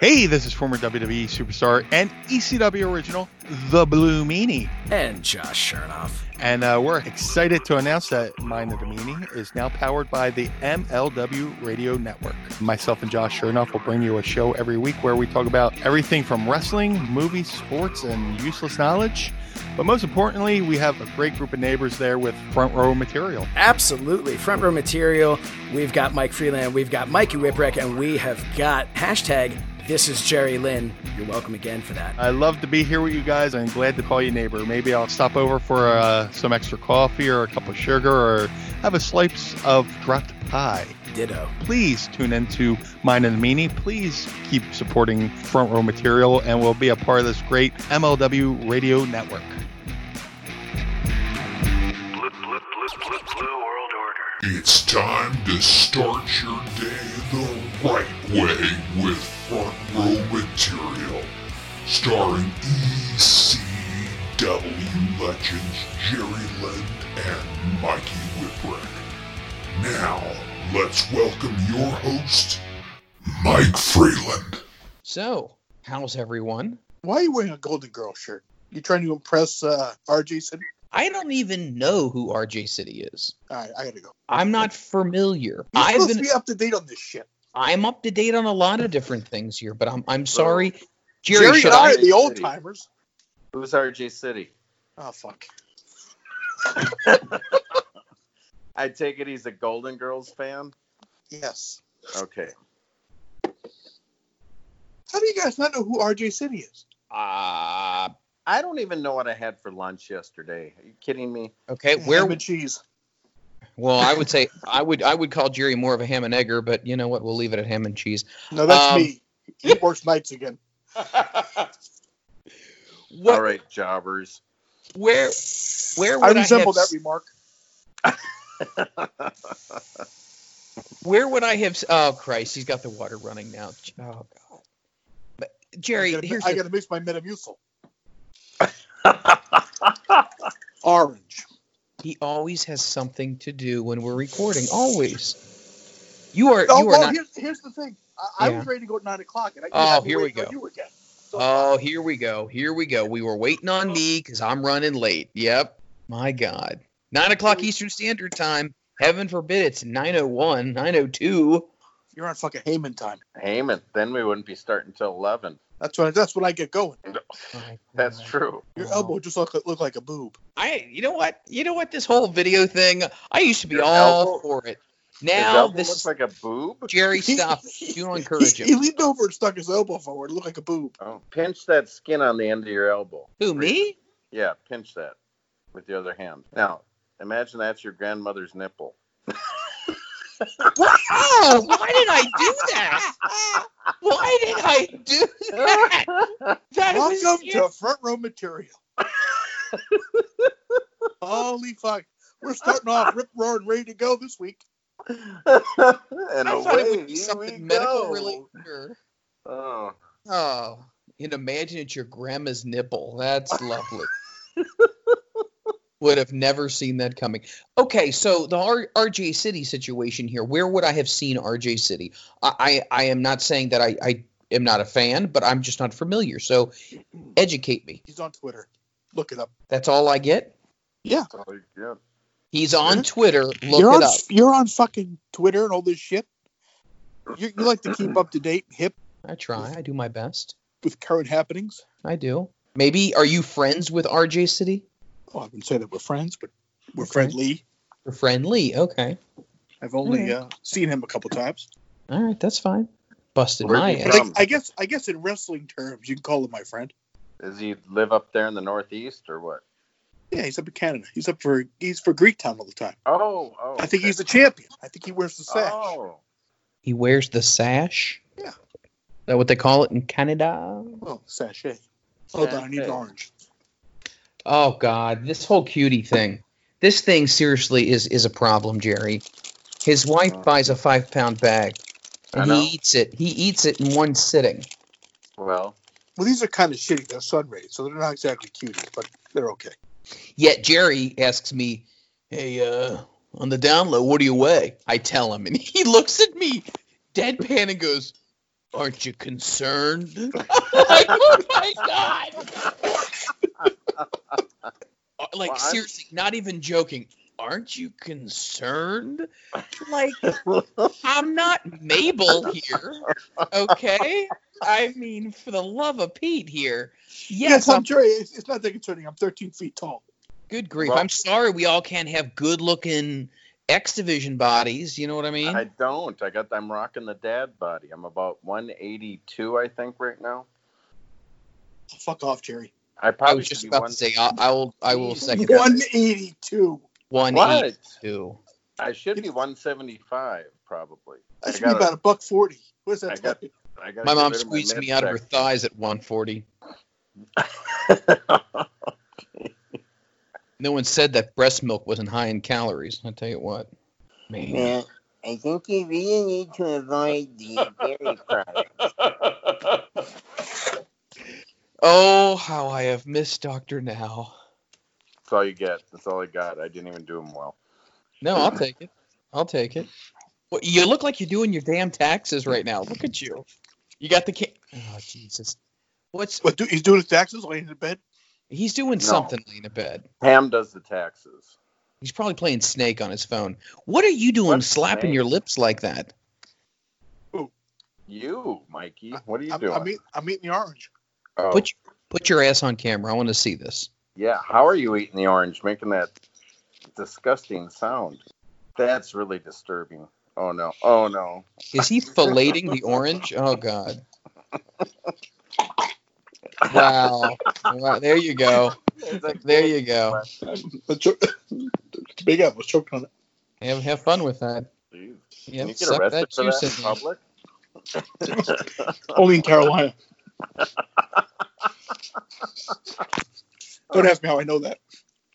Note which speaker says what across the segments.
Speaker 1: Hey, this is former WWE superstar and ECW original, The Blue Meanie.
Speaker 2: And Josh Chernoff.
Speaker 1: And uh, we're excited to announce that Mind of the Meanie is now powered by the MLW Radio Network. Myself and Josh Chernoff will bring you a show every week where we talk about everything from wrestling, movies, sports, and useless knowledge. But most importantly, we have a great group of neighbors there with front row material.
Speaker 2: Absolutely. Front row material. We've got Mike Freeland, we've got Mikey Whipwreck, and we have got hashtag this is Jerry Lynn. You're welcome again for that.
Speaker 1: I love to be here with you guys. I'm glad to call you neighbor. Maybe I'll stop over for uh, some extra coffee or a cup of sugar or have a slice of dropped pie.
Speaker 2: Ditto.
Speaker 1: Please tune into Mind and the Meanie. Please keep supporting Front Row Material, and we'll be a part of this great MLW radio network.
Speaker 3: It's time to start your day the right way with front row material. Starring ECW legends Jerry Lynn and Mikey Whipwreck. Now, let's welcome your host, Mike Freeland.
Speaker 4: So, how's everyone?
Speaker 5: Why are you wearing a Golden Girl shirt? You trying to impress uh, RJ City?
Speaker 4: I don't even know who RJ City is.
Speaker 5: All right, I gotta go.
Speaker 4: I'm not familiar.
Speaker 5: You're
Speaker 4: I've
Speaker 5: supposed
Speaker 4: been
Speaker 5: to be up to date on this shit.
Speaker 4: I'm up to date on a lot of different things here, but I'm I'm sorry. Jerry,
Speaker 5: Jerry
Speaker 4: should
Speaker 5: and I
Speaker 4: I
Speaker 5: are the old timers.
Speaker 6: Who's RJ City?
Speaker 5: Oh fuck.
Speaker 6: I take it he's a Golden Girls fan.
Speaker 5: Yes.
Speaker 6: Okay.
Speaker 5: How do you guys not know who RJ City is?
Speaker 4: uh,
Speaker 6: I don't even know what I had for lunch yesterday. Are you kidding me?
Speaker 4: okay, where
Speaker 5: Ham and cheese?
Speaker 4: well I would say I would I would call Jerry more of a ham and egger, but you know what, we'll leave it at ham and cheese.
Speaker 5: No, that's
Speaker 4: Um,
Speaker 5: me. He works nights again.
Speaker 4: What
Speaker 6: All right, jobbers.
Speaker 4: where where
Speaker 5: I
Speaker 4: would I, have,
Speaker 5: resemble that remark.
Speaker 4: where would I have oh Christ, he's got the water running now. Oh god. But Jerry,
Speaker 5: I gotta,
Speaker 4: here's
Speaker 5: I
Speaker 4: the
Speaker 5: gotta mix my Metamucil. Orange.
Speaker 4: He always has something to do when we're recording. Always. You are.
Speaker 5: Oh,
Speaker 4: you are
Speaker 5: well,
Speaker 4: not.
Speaker 5: here's, here's the thing. I, I
Speaker 4: Yeah.
Speaker 5: was ready to go at nine o'clock, and I
Speaker 4: Oh,
Speaker 5: had to
Speaker 4: here
Speaker 5: wait
Speaker 4: we
Speaker 5: till
Speaker 4: go.
Speaker 5: You again.
Speaker 4: oh, here we go. Here we go. We were waiting on me because I'm running late. Yep. My God. Nine o'clock Eastern Standard Time. Heaven forbid it's 901, 902.
Speaker 5: You're on fucking Heyman time.
Speaker 6: Heyman. Then we wouldn't be starting till eleven.
Speaker 5: That's when that's when I get going.
Speaker 6: That's true.
Speaker 5: Your
Speaker 4: Wow.
Speaker 5: elbow just look, look like a boob.
Speaker 4: I. You know what? You know what? This whole video thing. I used to be
Speaker 6: Your
Speaker 4: all
Speaker 6: elbow-
Speaker 4: for it.
Speaker 6: His
Speaker 4: Now
Speaker 6: elbow
Speaker 4: this
Speaker 6: looks like a boob.
Speaker 4: Jerry, stop. it. Do not encourage
Speaker 5: he, he
Speaker 4: him.
Speaker 5: leaned over and stuck his elbow forward. It looked like a boob.
Speaker 6: Oh, pinch that skin on the end of your elbow.
Speaker 4: Who me?
Speaker 6: Yeah, pinch that with the other hand. Now, imagine that's your grandmother's nipple.
Speaker 4: Oh, why did I do that? Why did I do that? That was
Speaker 5: Welcome
Speaker 4: it.
Speaker 5: to front row material. Holy fuck. We're starting off rip roaring ready to go this week.
Speaker 6: and
Speaker 4: I
Speaker 6: away
Speaker 4: thought it would be
Speaker 6: we
Speaker 4: something
Speaker 6: go.
Speaker 4: medical related. or-
Speaker 6: Oh,
Speaker 4: Oh, and imagine it's your grandma's nipple. That's lovely. would have never seen that coming. Okay, so the R- RJ City situation here. Where would I have seen RJ City? I I, I am not saying that I, I am not a fan, but I'm just not familiar. So educate me.
Speaker 5: He's on Twitter. Look it up.
Speaker 4: That's all I get.
Speaker 6: that's all you get.
Speaker 4: He's on Twitter. Look
Speaker 5: you're
Speaker 4: it
Speaker 5: on
Speaker 4: up.
Speaker 5: you're on fucking Twitter and all this shit. You, you like to keep up to date, hip
Speaker 4: I try. I do my best.
Speaker 5: with current happenings.
Speaker 4: I do. Maybe are you friends with RJ City?
Speaker 5: Oh, I wouldn't say that we're friends, but we're
Speaker 4: Okay.
Speaker 5: friendly.
Speaker 4: Your friend Lee. Okay.
Speaker 5: I've only
Speaker 4: Okay.
Speaker 5: uh, seen him a couple times.
Speaker 4: All right, that's fine. Busted
Speaker 6: Where'd
Speaker 4: my
Speaker 6: you
Speaker 5: I,
Speaker 4: ass.
Speaker 6: from?
Speaker 5: think, I guess I guess in wrestling terms, you can call him my friend.
Speaker 6: Does he live up there in the Northeast or what?
Speaker 5: Yeah, he's up in Canada. He's up for he's for Greek Town all the time.
Speaker 6: Oh, oh.
Speaker 5: I think
Speaker 6: okay.
Speaker 5: he's the champion. I think he wears the sash.
Speaker 6: Oh,
Speaker 4: He wears the sash.
Speaker 5: Yeah.
Speaker 4: Is that what they call it in Canada?
Speaker 5: Oh, sachet. Hold on, I need
Speaker 6: Sachet.
Speaker 5: orange.
Speaker 4: Oh God, this whole cutie thing. This thing seriously is is a problem, Jerry. His wife
Speaker 6: Uh.
Speaker 4: buys a five pound bag,
Speaker 6: I
Speaker 4: and
Speaker 6: know.
Speaker 4: he eats it. He eats it in one sitting.
Speaker 6: well,
Speaker 5: Well, these are kind of shitty. They're sun rays, so they're not exactly cuties, but they're okay.
Speaker 4: Yet Jerry asks me, "Hey, uh, on the down low, what do you weigh? I tell him, and he looks at me, deadpan, and goes, "Aren't you concerned?" I'm like, oh my god! Uh, like
Speaker 6: Well, I'm-
Speaker 4: seriously, not even joking. Aren't you concerned? Like, I'm not Mabel here, okay? I mean, for the love of Pete here. Yes,
Speaker 5: Yes,
Speaker 4: I'm
Speaker 5: I'm sure it's, it's not that concerning. I'm 13 feet tall.
Speaker 4: Good grief.
Speaker 6: Well-
Speaker 4: I'm sorry we all can't have good looking X Division bodies. You know what I mean?
Speaker 6: I don't. I got. I'm rocking the dad body. I'm about 182, I think, right now.
Speaker 5: Fuck off, Jerry.
Speaker 6: I
Speaker 4: I
Speaker 6: probably
Speaker 4: was
Speaker 6: should
Speaker 4: just
Speaker 6: be
Speaker 4: about
Speaker 6: one-
Speaker 4: to say, I, I will I will second that.
Speaker 5: 182.
Speaker 4: 182.
Speaker 6: What? I should be 175 probably.
Speaker 5: That
Speaker 6: I
Speaker 5: should be about a buck 40. What is
Speaker 6: I
Speaker 5: that?
Speaker 6: got-
Speaker 5: tell you?
Speaker 6: I gotta
Speaker 4: My
Speaker 6: get
Speaker 4: mom
Speaker 6: rid of
Speaker 4: squeezed me out of her thighs at 140.
Speaker 6: midsection.
Speaker 4: No one said that breast milk wasn't high in calories. I'll tell you what. Man.
Speaker 7: Matt, I think you really need to avoid the dairy products.
Speaker 4: Oh, how I have missed Dr. Now.
Speaker 6: That's all you get. That's all I got. I didn't even do him well.
Speaker 4: No, I'll take it. I'll take it. Well, you look like you're doing your damn taxes right now. Look at you. You got the ca- Oh, Jesus. What's
Speaker 5: What, do, he's doing his taxes laying in bed?
Speaker 4: He's doing
Speaker 6: No.
Speaker 4: something laying in bed.
Speaker 6: Ham does the taxes.
Speaker 4: He's probably playing Snake on his phone. What are you doing
Speaker 6: What
Speaker 4: slapping
Speaker 6: Snake?
Speaker 4: your lips like that?
Speaker 6: You, Mikey, what are you
Speaker 5: I'm,
Speaker 6: doing?
Speaker 5: I'm, eat, I'm eating the orange.
Speaker 6: oh,
Speaker 4: Put your, put your ass on camera. I want to see this.
Speaker 6: yeah. How are you eating the orange? Making that disgusting sound. That's really disturbing. Oh no. Oh no.
Speaker 4: Is he filleting the orange? Oh God. Wow. wow. There you go. There you go.
Speaker 5: Let's cho- Big up. Let's choke on it.
Speaker 4: Have, have fun with that.
Speaker 6: Jeez. Can
Speaker 4: Yeah,
Speaker 6: you get
Speaker 4: suck
Speaker 6: arrested
Speaker 4: that
Speaker 6: for that
Speaker 4: juice
Speaker 6: in
Speaker 4: in there.
Speaker 6: public?
Speaker 5: Only in Carolina. Don't ask me how I know that.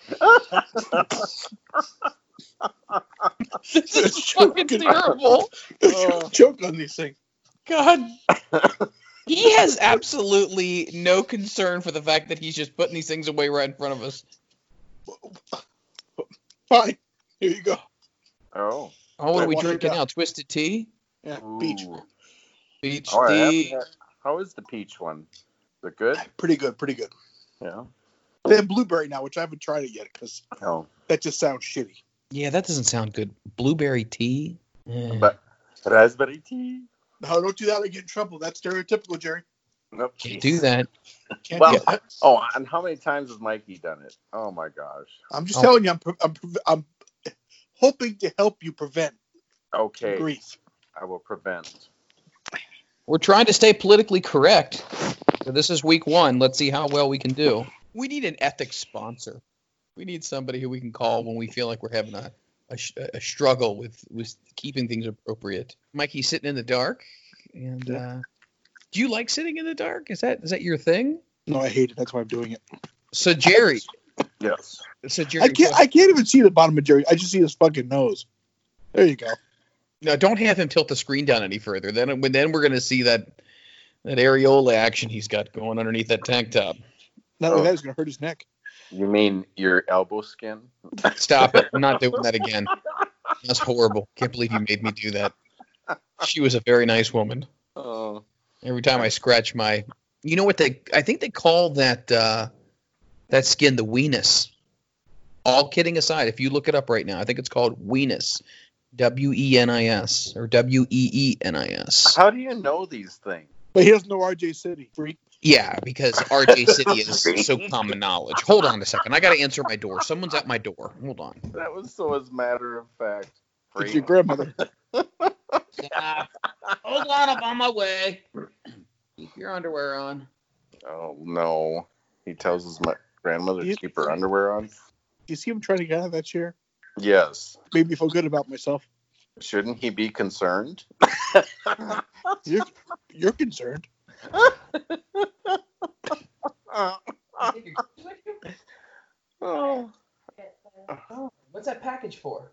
Speaker 4: This is fucking terrible.
Speaker 5: Choke on these things.
Speaker 4: God. He has absolutely no concern for the fact that he's just putting these things away right in front of us.
Speaker 5: Fine. Here you go.
Speaker 6: Oh.
Speaker 4: Oh, what
Speaker 5: I
Speaker 4: are we
Speaker 5: want it
Speaker 4: drinking
Speaker 5: now.
Speaker 4: now? Twisted tea?
Speaker 5: Yeah,
Speaker 6: Ooh.
Speaker 5: beach.
Speaker 4: Beach
Speaker 6: All right, I haven't
Speaker 4: tea?
Speaker 6: had- How is the peach one? Is it good?
Speaker 5: Pretty good. Pretty good.
Speaker 6: Yeah.
Speaker 5: They have blueberry now, which I haven't tried it yet because
Speaker 6: No.
Speaker 5: that just sounds shitty.
Speaker 4: Yeah, that doesn't sound good. Blueberry tea? Eh.
Speaker 6: But raspberry tea.
Speaker 5: No, don't do that. I get in trouble. That's stereotypical, Jerry.
Speaker 6: Nope.
Speaker 4: Can't do that.
Speaker 5: Can't
Speaker 6: Well-
Speaker 5: do that.
Speaker 6: Oh, and how many times has Mikey done it? Oh my gosh.
Speaker 5: I'm just
Speaker 4: Oh.
Speaker 5: telling you. I'm, pre- I'm, pre- I'm hoping to help you prevent
Speaker 6: Okay,
Speaker 5: grief.
Speaker 6: I will prevent.
Speaker 4: We're trying to stay politically correct. So this is week one. Let's see how well we can do. We need an ethics sponsor. We need somebody who we can call when we feel like we're having a, a, sh- a struggle with, with keeping things appropriate. Mikey's sitting in the dark. And uh, do you like sitting in the dark? Is that is that your thing?
Speaker 5: No, I hate it. That's why I'm doing it.
Speaker 4: So Jerry,
Speaker 6: Yes.
Speaker 4: so Jerry,
Speaker 5: I can't. I can't even see the bottom of Jerry. I just see his fucking nose. There you go.
Speaker 4: No, don't have him tilt the screen down any further. Then when then we're gonna see that that areola action he's got going underneath that tank top.
Speaker 5: Not only that, it's gonna hurt his neck.
Speaker 6: You mean your elbow skin?
Speaker 4: Stop it. I'm not doing that again. That's horrible. Can't believe you made me do that. She was a very nice woman.
Speaker 6: Oh.
Speaker 4: Every time I scratch my you know what they I think they call that uh that skin the weenus. All kidding aside, if you look it up right now, I think it's called weenus. W E N I S or W E E N I S.
Speaker 6: How do you know these things?
Speaker 5: But he doesn't know RJ City. Freak.
Speaker 4: Yeah, because RJ City is so common knowledge. Hold on a second. I got to answer my door. Someone's at my door. Hold on.
Speaker 6: That was so as matter of fact.
Speaker 5: It's your grandmother.
Speaker 4: hold on. I'm on my way. Keep your underwear on.
Speaker 6: Oh no. He tells his mu- grandmother to
Speaker 5: You-
Speaker 6: keep her underwear on.
Speaker 5: Do you see him trying to get out of that chair?
Speaker 6: Yes.
Speaker 5: Made me feel good about myself.
Speaker 6: Shouldn't he be concerned?
Speaker 5: You're, you're concerned.
Speaker 6: Oh.
Speaker 4: What's that package for?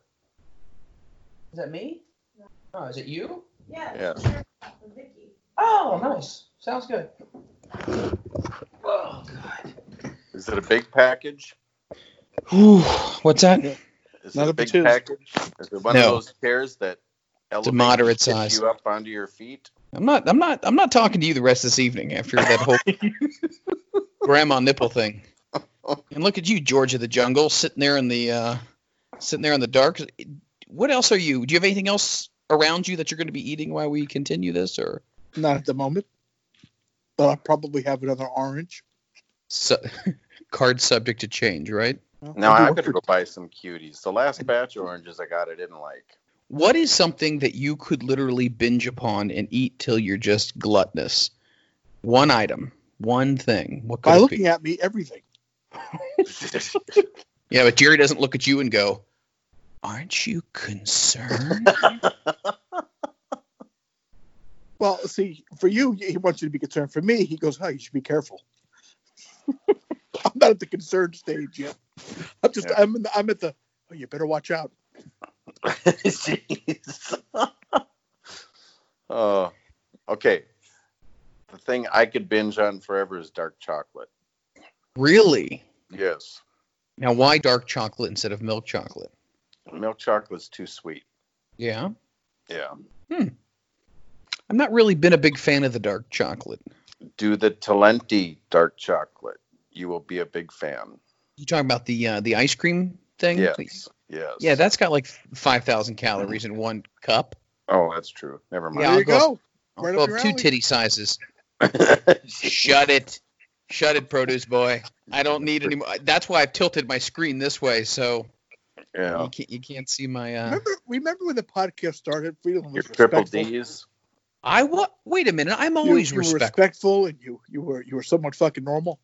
Speaker 4: Is that me? Oh, is it you?
Speaker 6: Yeah.
Speaker 4: Oh, nice. Sounds good. Oh, God.
Speaker 6: Is it a big package?
Speaker 4: what's that?
Speaker 6: Is Is
Speaker 5: Not
Speaker 6: it
Speaker 5: up
Speaker 6: a
Speaker 5: to
Speaker 6: big
Speaker 5: two.
Speaker 6: package? Is it one
Speaker 4: No.
Speaker 6: of those chairs that elevates
Speaker 4: moderate
Speaker 6: and tips
Speaker 4: size.
Speaker 6: you up onto your feet?
Speaker 4: I'm not. I'm not. I'm not talking to you the rest of this evening after that whole grandma nipple thing. And look at you, George of the Jungle, sitting there in the uh, sitting there in the dark. What else are you? Do you have anything else around you that you're going to be eating while we continue this, or
Speaker 5: Not at the moment. But I'll probably have another orange.
Speaker 4: su- card subject to change? Right.
Speaker 5: Well,
Speaker 6: Now
Speaker 5: I do
Speaker 6: I
Speaker 5: work
Speaker 6: gotta
Speaker 5: for-
Speaker 6: go buy some cuties. The last batch of oranges I got, I didn't like.
Speaker 4: What is something that you could literally binge upon and eat till you're just gluttonous? One item, one thing. What could
Speaker 5: By
Speaker 4: it
Speaker 5: looking
Speaker 4: be?
Speaker 5: at me, everything.
Speaker 4: Yeah, but Jerry doesn't look at you and go, "Aren't you concerned?"
Speaker 5: Well, see, for you, he wants you to be concerned. For me, he goes, "Oh, you should be careful." I'm not at the concerned stage yet. I'm just,
Speaker 6: Yeah.
Speaker 5: I'm, in the, I'm at the. Oh, you better watch out.
Speaker 6: Jeez. oh, okay. The thing I could binge on forever is dark chocolate.
Speaker 4: really?
Speaker 6: Yes,
Speaker 4: Now, why dark chocolate instead of milk chocolate?
Speaker 6: milk chocolate's too sweet.
Speaker 4: Yeah,
Speaker 6: Yeah.
Speaker 4: I've not really been a big fan of the dark chocolate.
Speaker 6: Do the Talenti dark chocolate. You will be a big fan.
Speaker 4: You talking about the uh, the ice cream thing?
Speaker 6: Yes. Yes.
Speaker 4: Yeah, that's got like five thousand calories in one cup.
Speaker 6: Oh, that's true. Never
Speaker 4: Yeah,
Speaker 5: there
Speaker 4: I'll
Speaker 6: mind.
Speaker 5: you go.
Speaker 4: I'll
Speaker 5: Right
Speaker 4: go up
Speaker 5: up your
Speaker 4: two
Speaker 5: alley.
Speaker 4: titty sizes. Shut it, shut it, produce boy. I don't need any more. That's why I've tilted my screen this way, so
Speaker 6: yeah.
Speaker 4: you can't you can't see my. Uh...
Speaker 5: Remember, remember when the podcast started? Freedom was
Speaker 6: Your triple
Speaker 5: respectful.
Speaker 6: D's.
Speaker 4: I what? Wait a minute. I'm
Speaker 5: You-
Speaker 4: always
Speaker 5: you, were
Speaker 4: respectful.
Speaker 5: respectful, and you you were you were somewhat fucking normal.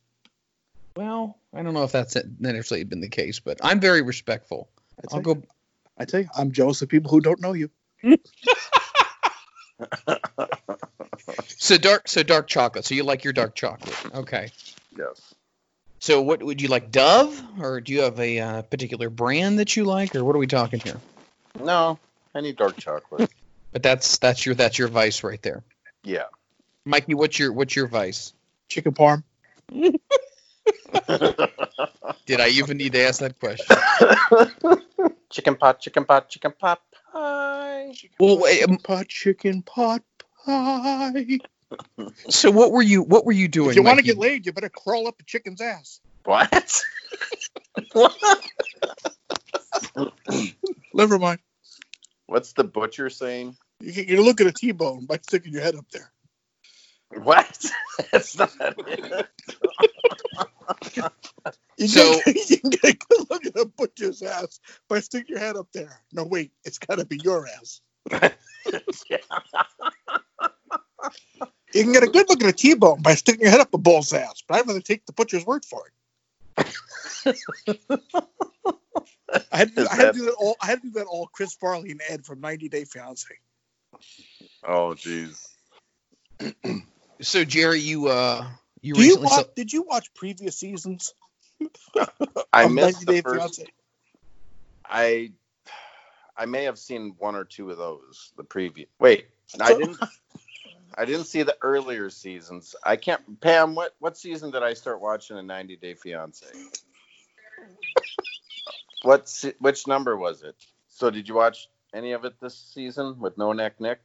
Speaker 4: Well, I don't know if that's necessarily been the case, but I'm very respectful.
Speaker 5: I tell,
Speaker 4: I'll
Speaker 5: you,
Speaker 4: go.
Speaker 5: I tell you, I'm jealous of people who don't know you.
Speaker 4: So dark. So dark chocolate. So you like your dark chocolate? Okay.
Speaker 6: Yes.
Speaker 4: So what would you like, Dove, or do you have a uh, particular brand that you like, or what are we talking here?
Speaker 6: No, I need dark chocolate.
Speaker 4: But that's that's your that's your vice right there,
Speaker 6: yeah.
Speaker 4: Mikey. What's your what's your vice?
Speaker 5: Chicken parm.
Speaker 4: Did I even need to ask that question?
Speaker 6: chicken pot, chicken pot, chicken pot pie.
Speaker 4: Well, wait, um,
Speaker 5: pot chicken pot pie.
Speaker 4: so what were you what were you doing?
Speaker 5: If you want to
Speaker 4: Mikey?
Speaker 5: get laid, you better crawl up a chicken's ass.
Speaker 6: What?
Speaker 5: Never mind.
Speaker 6: What's the butcher saying?
Speaker 5: You can, you look at a T-bone by sticking your head up there.
Speaker 6: What? That's not it.
Speaker 5: You
Speaker 4: So-
Speaker 5: can, you can get a good look at a butcher's ass by sticking your head up there. No, wait, it's got to be your ass. You can get a good look at a T-bone by sticking your head up a bull's ass, but I'd rather take the butcher's word for it. I had, to, I, had to do that all, I had to do that all Chris Farley and Ed from 90 Day Fiancé.
Speaker 6: Oh, jeez.
Speaker 4: So Jerry, you uh you
Speaker 5: Do you
Speaker 4: recently
Speaker 5: watch,
Speaker 4: saw-
Speaker 5: did you watch previous seasons
Speaker 6: I
Speaker 5: of 90
Speaker 6: missed the
Speaker 5: Day
Speaker 6: first.
Speaker 5: Fiancé?
Speaker 6: I I may have seen one or two of those. The preview. Wait, I
Speaker 5: So-
Speaker 6: didn't. I didn't see the earlier seasons. I can't. Pam, what what season did I start watching a 90 Day Fiance? what se- which number was it? So did you watch any of it this season with No Neck Nick?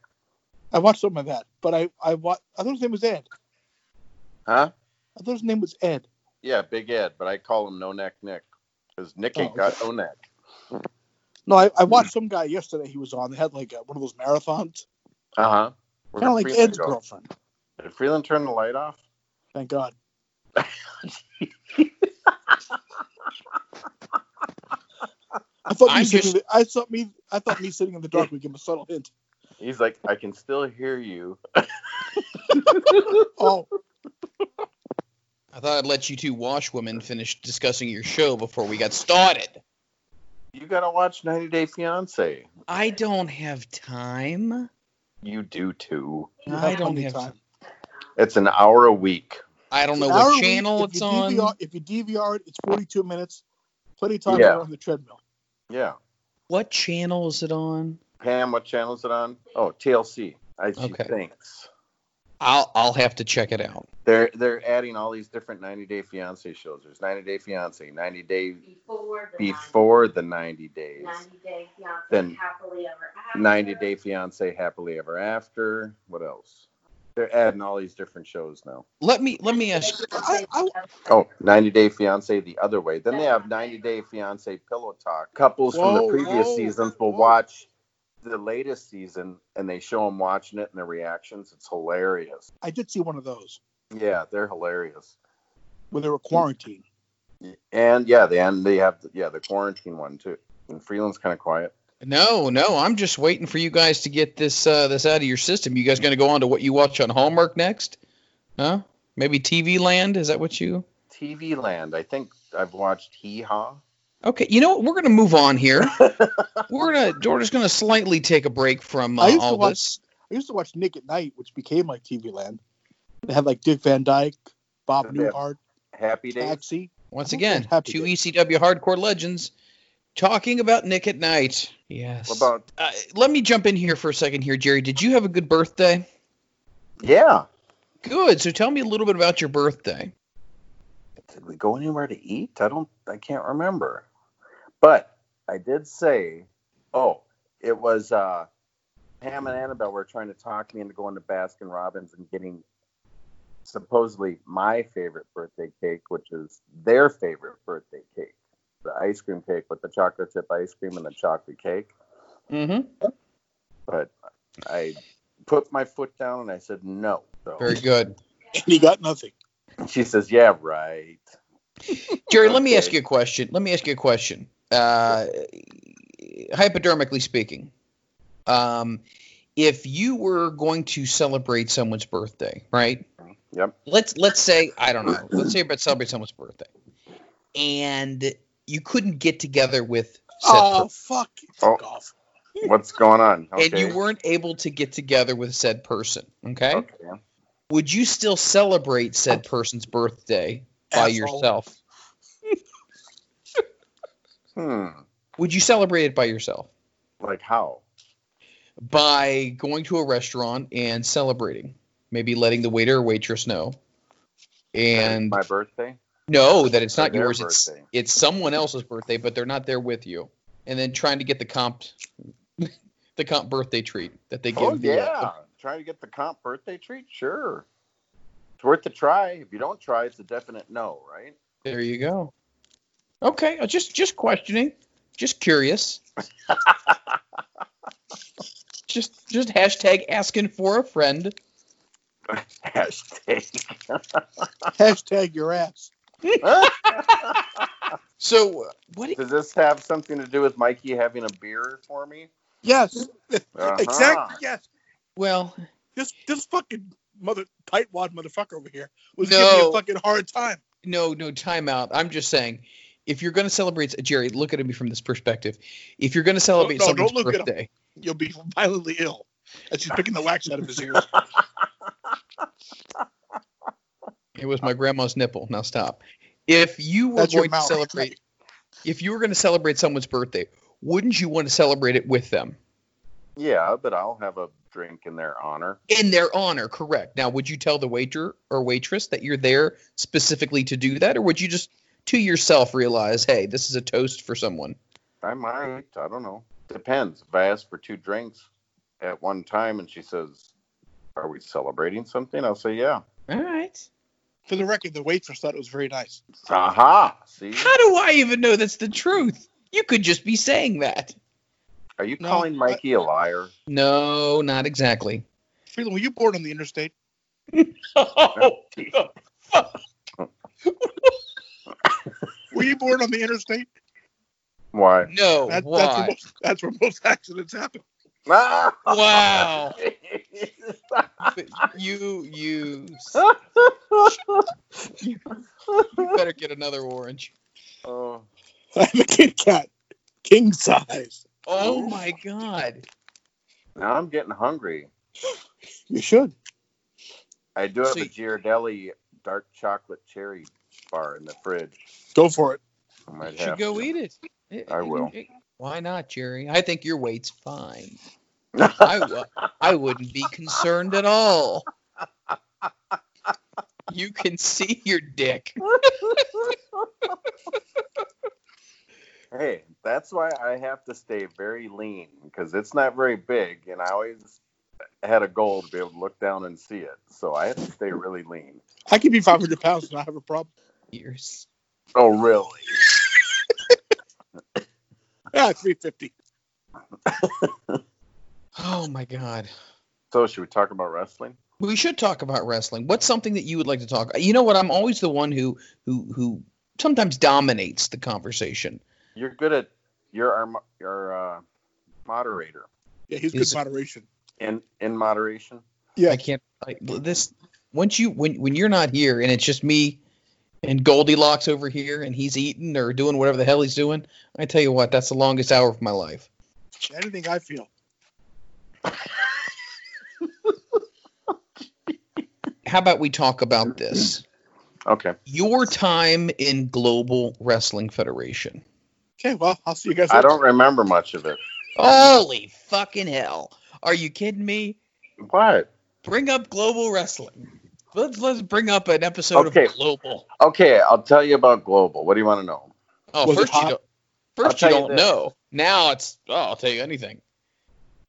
Speaker 5: I watched some of that, but I, I, watched, I thought his name was Ed.
Speaker 6: Huh?
Speaker 5: I thought his name was Ed.
Speaker 6: Yeah, Big Ed, but I call him No Neck Nick because Nick ain't
Speaker 5: Oh,
Speaker 6: got no neck.
Speaker 5: No, I, I watched
Speaker 6: Hmm.
Speaker 5: some guy yesterday. He was on. They had like a, one of those marathons,
Speaker 6: Uh huh.
Speaker 5: kind of like Ed's girlfriend.
Speaker 6: Did Freeland turn the light off?
Speaker 5: Thank God. I thought me
Speaker 4: I'm
Speaker 5: sitting.
Speaker 4: just-
Speaker 5: in the- I thought me. I thought me sitting in the dark would give him a subtle hint.
Speaker 6: He's like, I can still hear you.
Speaker 5: Oh,
Speaker 4: I thought I'd let you two washwomen finish discussing your show before we got started.
Speaker 6: You gotta watch 90 Day Fiance.
Speaker 4: I don't have time.
Speaker 6: You do too.
Speaker 5: you
Speaker 4: I
Speaker 5: have
Speaker 4: don't
Speaker 5: plenty
Speaker 4: have.
Speaker 5: of time.
Speaker 6: It's an hour a week.
Speaker 4: I don't know
Speaker 5: An hour a
Speaker 4: what
Speaker 5: week,
Speaker 4: channel
Speaker 5: if
Speaker 4: it's
Speaker 5: you
Speaker 4: on.
Speaker 5: DVR, if you DVR it, it's forty-two minutes. Plenty of time
Speaker 6: Yeah.
Speaker 5: to run the treadmill.
Speaker 6: Yeah.
Speaker 4: What channel is it on?
Speaker 6: Pam, what channel is it on? Oh, TLC. I she
Speaker 4: Okay.
Speaker 6: thinks.
Speaker 4: I'll I'll have to check it out.
Speaker 6: They're they're adding all these different 90 Day Fiance shows. There's 90 Day Fiance, 90 Day
Speaker 8: Before the
Speaker 6: before the 90 days,
Speaker 8: 90 Day Fiancé,
Speaker 6: Then
Speaker 8: Happily Ever After.
Speaker 6: 90 Day Fiance, Happily Ever After. What else? They're adding all these different shows now.
Speaker 4: Let me let me ask.
Speaker 5: I- I-
Speaker 6: Oh, 90 Day Fiance the other way. Then they have 90 Day Fiance Pillow Talk. Couples from
Speaker 5: Whoa,
Speaker 6: the previous
Speaker 5: whoa,
Speaker 6: seasons will
Speaker 5: whoa.
Speaker 6: watch the latest season and they show them watching it and their reactions. It's hilarious.
Speaker 5: I did see one of those
Speaker 6: Yeah, they're hilarious.
Speaker 5: where they were quarantined.
Speaker 6: And yeah, they and they have yeah the quarantine one too. And Freeland's kind of quiet.
Speaker 4: No, no, I'm just waiting for you guys to get this uh, this out of your system. You guys going to go on to what you watch on Hallmark next? Huh? Maybe TV Land? Is that what you?
Speaker 6: TV Land. I think I've watched Hee Haw.
Speaker 4: Okay, you know what? We're going to move on here. We're gonna Jordan's going to slightly take a break from uh,
Speaker 5: I used to
Speaker 4: all
Speaker 5: watch-
Speaker 4: this.
Speaker 5: I used to watch Nick at Night, which became like TV Land. They had like Dick Van Dyke, Bob
Speaker 6: Yeah.
Speaker 5: Newhart,
Speaker 6: Happy Days.
Speaker 5: Taxi.
Speaker 4: Once
Speaker 5: I'm
Speaker 4: again,
Speaker 5: also happy
Speaker 4: two
Speaker 5: that-
Speaker 4: ECW hardcore legends talking about Nick at Night. Yes.
Speaker 6: What about
Speaker 4: uh, let me jump in here for a second here, Jerry. Did you have a good birthday?
Speaker 6: yeah?
Speaker 4: Good. So tell me a little bit about your birthday.
Speaker 6: Did we go anywhere to eat? I don't. I can't remember. But I did say, oh, it was uh, Pam and Annabelle were trying to talk me into going to Baskin Robbins and getting supposedly my favorite birthday cake, which is their favorite birthday cake, the ice cream cake with the chocolate chip ice cream and the chocolate cake.
Speaker 4: Mm-hmm.
Speaker 6: But I put my foot down and I said no. So
Speaker 4: Very good.
Speaker 5: And he got nothing.
Speaker 6: she says, yeah, right.
Speaker 4: Jerry, let me ask
Speaker 6: Okay.
Speaker 4: you a question. Let me ask you a question. Uh, hypodermically speaking, um, if you were going to celebrate someone's birthday, right?
Speaker 6: Yep.
Speaker 4: Let's let's say I don't know. Let's say you're about to celebrate someone's birthday, and you couldn't get together with said
Speaker 5: Oh fuck! Fuck
Speaker 6: Oh.
Speaker 5: off!
Speaker 6: What's going on?
Speaker 4: per- and you weren't able to get together with said person. Okay,
Speaker 6: Okay.
Speaker 4: would you still celebrate said person's birthday by
Speaker 5: Asshole.
Speaker 4: yourself?
Speaker 6: Hmm.
Speaker 4: Would you celebrate it by yourself?
Speaker 6: Like how?
Speaker 4: by going to a restaurant and celebrating, maybe letting the waiter or waitress know. And
Speaker 6: my birthday.
Speaker 4: know that it's
Speaker 6: Or
Speaker 4: not
Speaker 6: their
Speaker 4: yours. It's
Speaker 6: birthday.
Speaker 4: it's someone else's birthday, but they're not there with you. And then trying to get the comp, the comp birthday treat that they give.
Speaker 6: Oh
Speaker 4: the, uh,
Speaker 6: yeah. Try to get the comp birthday treat. Sure. It's worth a try. If you don't try, it's a definite no, right?
Speaker 4: there you go. Okay, uh, just just questioning, just curious. just just hashtag asking for a friend.
Speaker 6: Hashtag.
Speaker 5: Hashtag your ass.
Speaker 4: So uh, what?
Speaker 6: Does this have something to do with Mikey having a beer for me?
Speaker 5: Yes,
Speaker 6: Uh-huh.
Speaker 5: exactly. Yes,
Speaker 4: Well,
Speaker 5: this this fucking mother tightwad motherfucker over here was giving me
Speaker 4: No.
Speaker 5: a fucking hard time.
Speaker 4: No, no, timeout. I'm just saying, if you're going to celebrate, Jerry, look at me from this perspective. If you're going to celebrate
Speaker 5: no, don't
Speaker 4: someone's
Speaker 5: look at him.
Speaker 4: birthday,
Speaker 5: You'll be violently ill. That's just picking the wax out of his ears.
Speaker 4: it was my grandma's nipple. Now stop. If you were
Speaker 5: Uh, That's your
Speaker 4: going to
Speaker 5: mouth.
Speaker 4: celebrate, if you were going to celebrate someone's birthday, wouldn't you want to celebrate it with them
Speaker 6: Yeah, but I'll have a drink in their honor.
Speaker 4: in their honor? Correct. Now, would you tell the waiter or waitress that you're there specifically to do that, or would you just to yourself realize, hey, this is a toast for someone?
Speaker 6: I might. I don't know. Depends. If I ask for two drinks at one time and she says, Are we celebrating something? I'll say, Yeah.
Speaker 4: All right.
Speaker 5: For the record, the waitress thought it was very nice.
Speaker 6: Aha. See?
Speaker 4: How do I even know that's the truth? You could just be saying that.
Speaker 6: Are you
Speaker 5: No,
Speaker 6: calling
Speaker 5: I-
Speaker 6: Mikey a liar?
Speaker 4: No, not exactly.
Speaker 5: Freeland, were you born on the interstate?
Speaker 4: Oh,
Speaker 5: Were you born on the interstate?
Speaker 6: Why?
Speaker 4: no.
Speaker 5: That, that's, where
Speaker 4: why?
Speaker 5: most, that's where most accidents happen.
Speaker 6: Ah!
Speaker 4: Wow. you, you, you better get another orange.
Speaker 6: oh,
Speaker 5: I'm a Kit Kat, king size.
Speaker 4: Oh my God.
Speaker 6: now I'm getting hungry.
Speaker 5: You should.
Speaker 6: I do have
Speaker 4: So
Speaker 6: a
Speaker 4: you-
Speaker 6: Ghirardelli dark chocolate cherry bar in the fridge.
Speaker 5: Go for it.
Speaker 6: I might
Speaker 4: You
Speaker 6: have
Speaker 4: should go
Speaker 6: to.
Speaker 4: eat it. It-
Speaker 6: I will.
Speaker 4: it- why not, Jerry? I think your weight's fine. I, w- I wouldn't be concerned at all. you can see your dick.
Speaker 6: Hey, that's why I have to stay very lean because it's not very big, and I always had a goal to be able to look down and see it. So I have to stay really lean.
Speaker 5: I could be 500 pounds and I have a problem.
Speaker 4: Years.
Speaker 6: Oh, really?
Speaker 5: Yeah, 350.
Speaker 4: Oh my god.
Speaker 6: So should we talk about wrestling?
Speaker 4: We should talk about wrestling. What's something that you would like to talk? You know what? I'm always the one who who who sometimes dominates the conversation.
Speaker 6: You're good at you're our mo- your uh, moderator
Speaker 5: Yeah, he's good
Speaker 4: Is it-
Speaker 5: moderation.
Speaker 6: in in moderation.
Speaker 5: Yeah.
Speaker 4: I can't. I, this once you when when you're not here and it's just me and Goldilocks over here and he's eating or doing whatever the hell he's doing. I tell you what, that's the longest hour of my life.
Speaker 5: Anything I feel.
Speaker 4: How about we talk about this?
Speaker 6: Okay.
Speaker 4: Your time in Global Wrestling Federation.
Speaker 5: Okay, well, I'll see you guys
Speaker 6: I
Speaker 5: later.
Speaker 6: don't remember much of it.
Speaker 4: Holy fucking hell! Are you kidding me?
Speaker 6: What?
Speaker 4: Bring up Global Wrestling. Let's let's bring up an episode
Speaker 6: Okay.
Speaker 4: of Global.
Speaker 6: Okay, I'll tell you about global. What do you want to know?
Speaker 4: Oh,
Speaker 5: Was it
Speaker 4: first you
Speaker 5: hot?
Speaker 4: don't. First you
Speaker 6: I'll tell you
Speaker 4: don't
Speaker 6: this.
Speaker 4: know. Now it's. Oh, I'll tell you anything.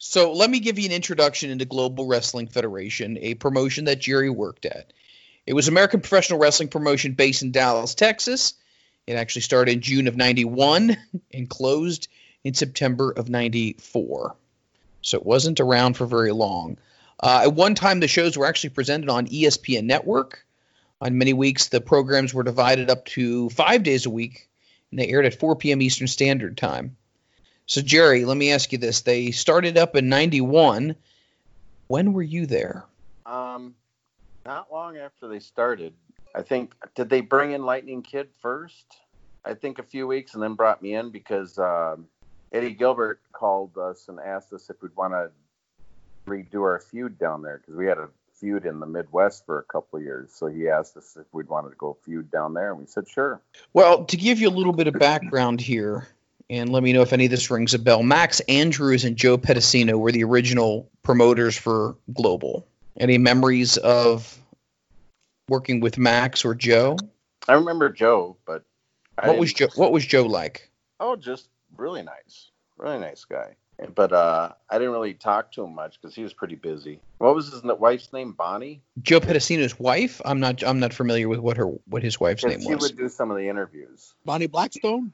Speaker 4: So let me give you an introduction into Global Wrestling Federation, a promotion that Jerry worked at. It was American professional wrestling promotion based in Dallas, Texas. It actually started in June of '91 and closed in September of '94. So it wasn't around for very long. Uh, at one time, the shows were actually presented on E ESPN Network. On many weeks, the programs were divided up to five days a week and they aired at 4 p.m. Eastern Standard Time. So, Jerry, let me ask you this. They started up in 91. When were you there?
Speaker 6: Um, not long after they started, I think. Did they bring in Lightning Kid first? I think a few weeks, and then brought me in because um, Eddie Gilbert called us and asked us if we'd want to redo our feud down there because we had a feud in the Midwest for a couple of years. So he asked us if we'd wanted to go feud down there, and we said sure.
Speaker 4: Well, to give you a little bit of background here, and let me know if any of this rings a bell, Max Andrews and Joe Pedicino were the original promoters for Global. Any memories of working with Max or Joe?
Speaker 6: I remember Joe, but I
Speaker 4: What was
Speaker 6: didn't-
Speaker 4: Joe, what was Joe like?
Speaker 6: Oh, just really nice, really nice guy. But uh, I didn't really talk to him much because he was pretty busy. What was his n- wife's name? Bonnie.
Speaker 4: Joe Pedicino's wife? I'm not I'm not familiar with what her what his wife's
Speaker 6: Because
Speaker 4: name
Speaker 6: she
Speaker 4: was.
Speaker 6: would do some of the interviews.
Speaker 5: Bonnie Blackstone?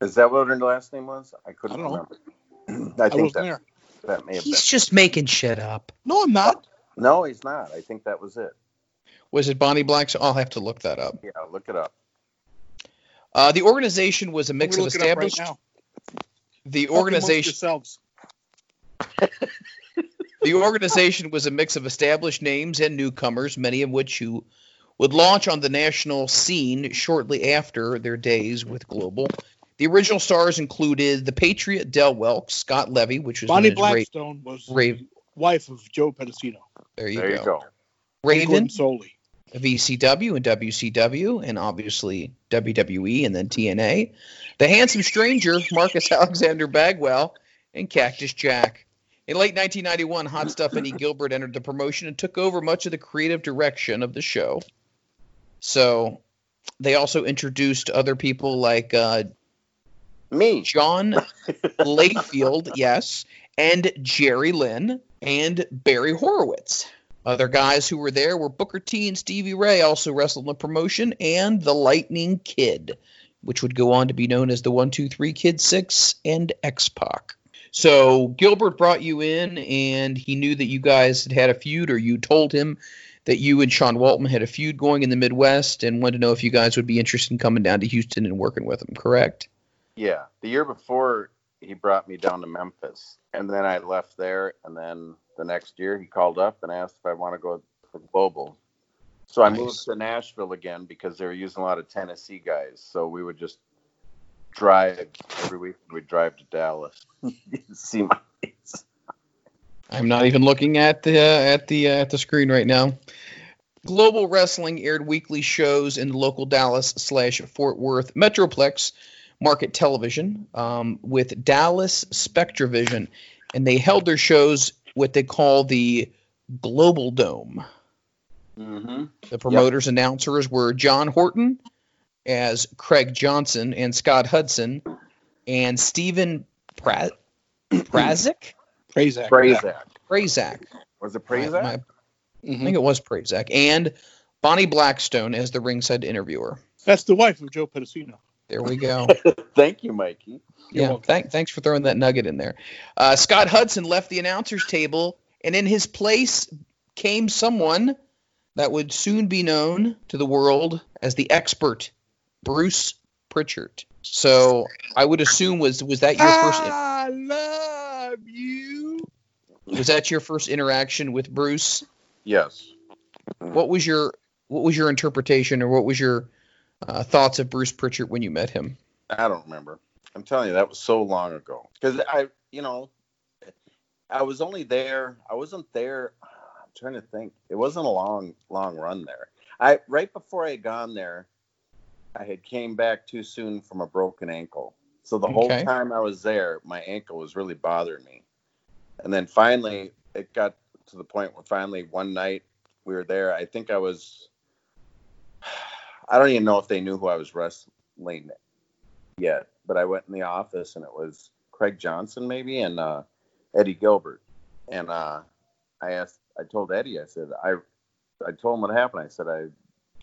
Speaker 6: Is that what her last name was? I couldn't
Speaker 5: I don't
Speaker 6: remember.
Speaker 5: know.
Speaker 6: I
Speaker 5: I,
Speaker 6: think
Speaker 5: wasn't
Speaker 6: that
Speaker 5: there.
Speaker 6: that may have
Speaker 4: He's just making shit up.
Speaker 5: No, I'm not.
Speaker 6: been. No, he's not. I think that was it.
Speaker 4: Was it Bonnie Black's? I'll have to look that up.
Speaker 6: Yeah, look it up.
Speaker 4: Uh, the organization was a mix
Speaker 5: I'm
Speaker 4: of
Speaker 5: gonna look it up right
Speaker 4: established.
Speaker 5: now.
Speaker 4: the
Speaker 5: Talk amongst
Speaker 4: organization
Speaker 5: yourselves.
Speaker 4: the organization was a mix of established names and newcomers, many of which who would launch on the national scene shortly after their days with Global. The original stars included the Patriot Del Welk, Scott Levy, which was
Speaker 5: Bonnie
Speaker 4: known as Ra-
Speaker 5: Blackstone was
Speaker 4: Ra-
Speaker 5: wife of Joe Pedicino.
Speaker 4: there you
Speaker 6: There you
Speaker 4: go.
Speaker 6: go.
Speaker 4: Raven,
Speaker 5: Gordon Soley.
Speaker 4: VCW and WCW, and obviously WWE and then TNA. The Handsome Stranger, Marcus Alexander Bagwell, and Cactus Jack. In late 1991, Hot Stuff Eddie Gilbert entered the promotion and took over much of the creative direction of the show. So they also introduced other people like uh,
Speaker 6: Me.
Speaker 4: John Layfield, yes, and Jerry Lynn and Barry Horowitz. Other guys who were there were Booker T and Stevie Ray, also wrestled in the promotion, and the Lightning Kid, which would go on to be known as the One Two Three Kid Six and X Pac. So Gilbert brought you in, and he knew that you guys had had a feud, or you told him that you and Sean Waltman had a feud going in the Midwest, and wanted to know if you guys would be interested in coming down to Houston and working with him. Correct?
Speaker 6: Yeah, the year before he brought me down to Memphis, and then I left there, and then the next year he called up and asked if I want to go for global. So I
Speaker 4: Nice.
Speaker 6: moved to Nashville again because they were using a lot of Tennessee guys. So we would just drive every week. We'd drive to Dallas. See my face.
Speaker 4: I'm not even looking at the uh, at the uh, at the screen right now. Global Wrestling aired weekly shows in the local Dallas slash Fort Worth Metroplex market television um, with Dallas Spectrovision, and they held their shows what they call the Global Dome.
Speaker 6: Mm-hmm.
Speaker 4: The promoters' announcers were John Horton as Craig Johnson and Scott Hudson and Stephen pra- Prazik?
Speaker 5: Prazak.
Speaker 6: Prazak.
Speaker 4: Prazak.
Speaker 6: Was it
Speaker 4: My-
Speaker 6: Prazak?
Speaker 4: my- I
Speaker 5: Mhm.
Speaker 4: think it was Prazak. And Bonnie Blackstone as the ringside interviewer.
Speaker 5: That's the wife of Joe Pedicino.
Speaker 4: There we go.
Speaker 6: Thank you, Mikey.
Speaker 5: You're
Speaker 4: yeah,
Speaker 5: welcome.
Speaker 4: thank, thanks for throwing that nugget in there. Uh, Scott Hudson left the announcer's table, and in his place came someone that would soon be known to the world as the expert, Bruce Pritchard. So I would assume was was that your first
Speaker 5: I love you.
Speaker 4: was that your first interaction with Bruce?
Speaker 6: Yes.
Speaker 4: What was your what was your interpretation or what was your uh, thoughts of Bruce Pritchard when you met him?
Speaker 6: I don't remember. I'm telling you, that was so long ago. Because I, you know, I was only there. I wasn't there. I'm trying to think. It wasn't a long, long run there. I right before I had gone there, I had came back too soon from a broken ankle. So the
Speaker 4: Okay.
Speaker 6: whole time I was there, my ankle was really bothering me. And then finally, it got to the point where finally one night we were there. I think I was. I don't even know if they knew who I was wrestling yet, but I went in the office and it was Craig Johnson maybe and uh, Eddie Gilbert, and uh, I asked. I told Eddie. I said I. I told him what happened. I said I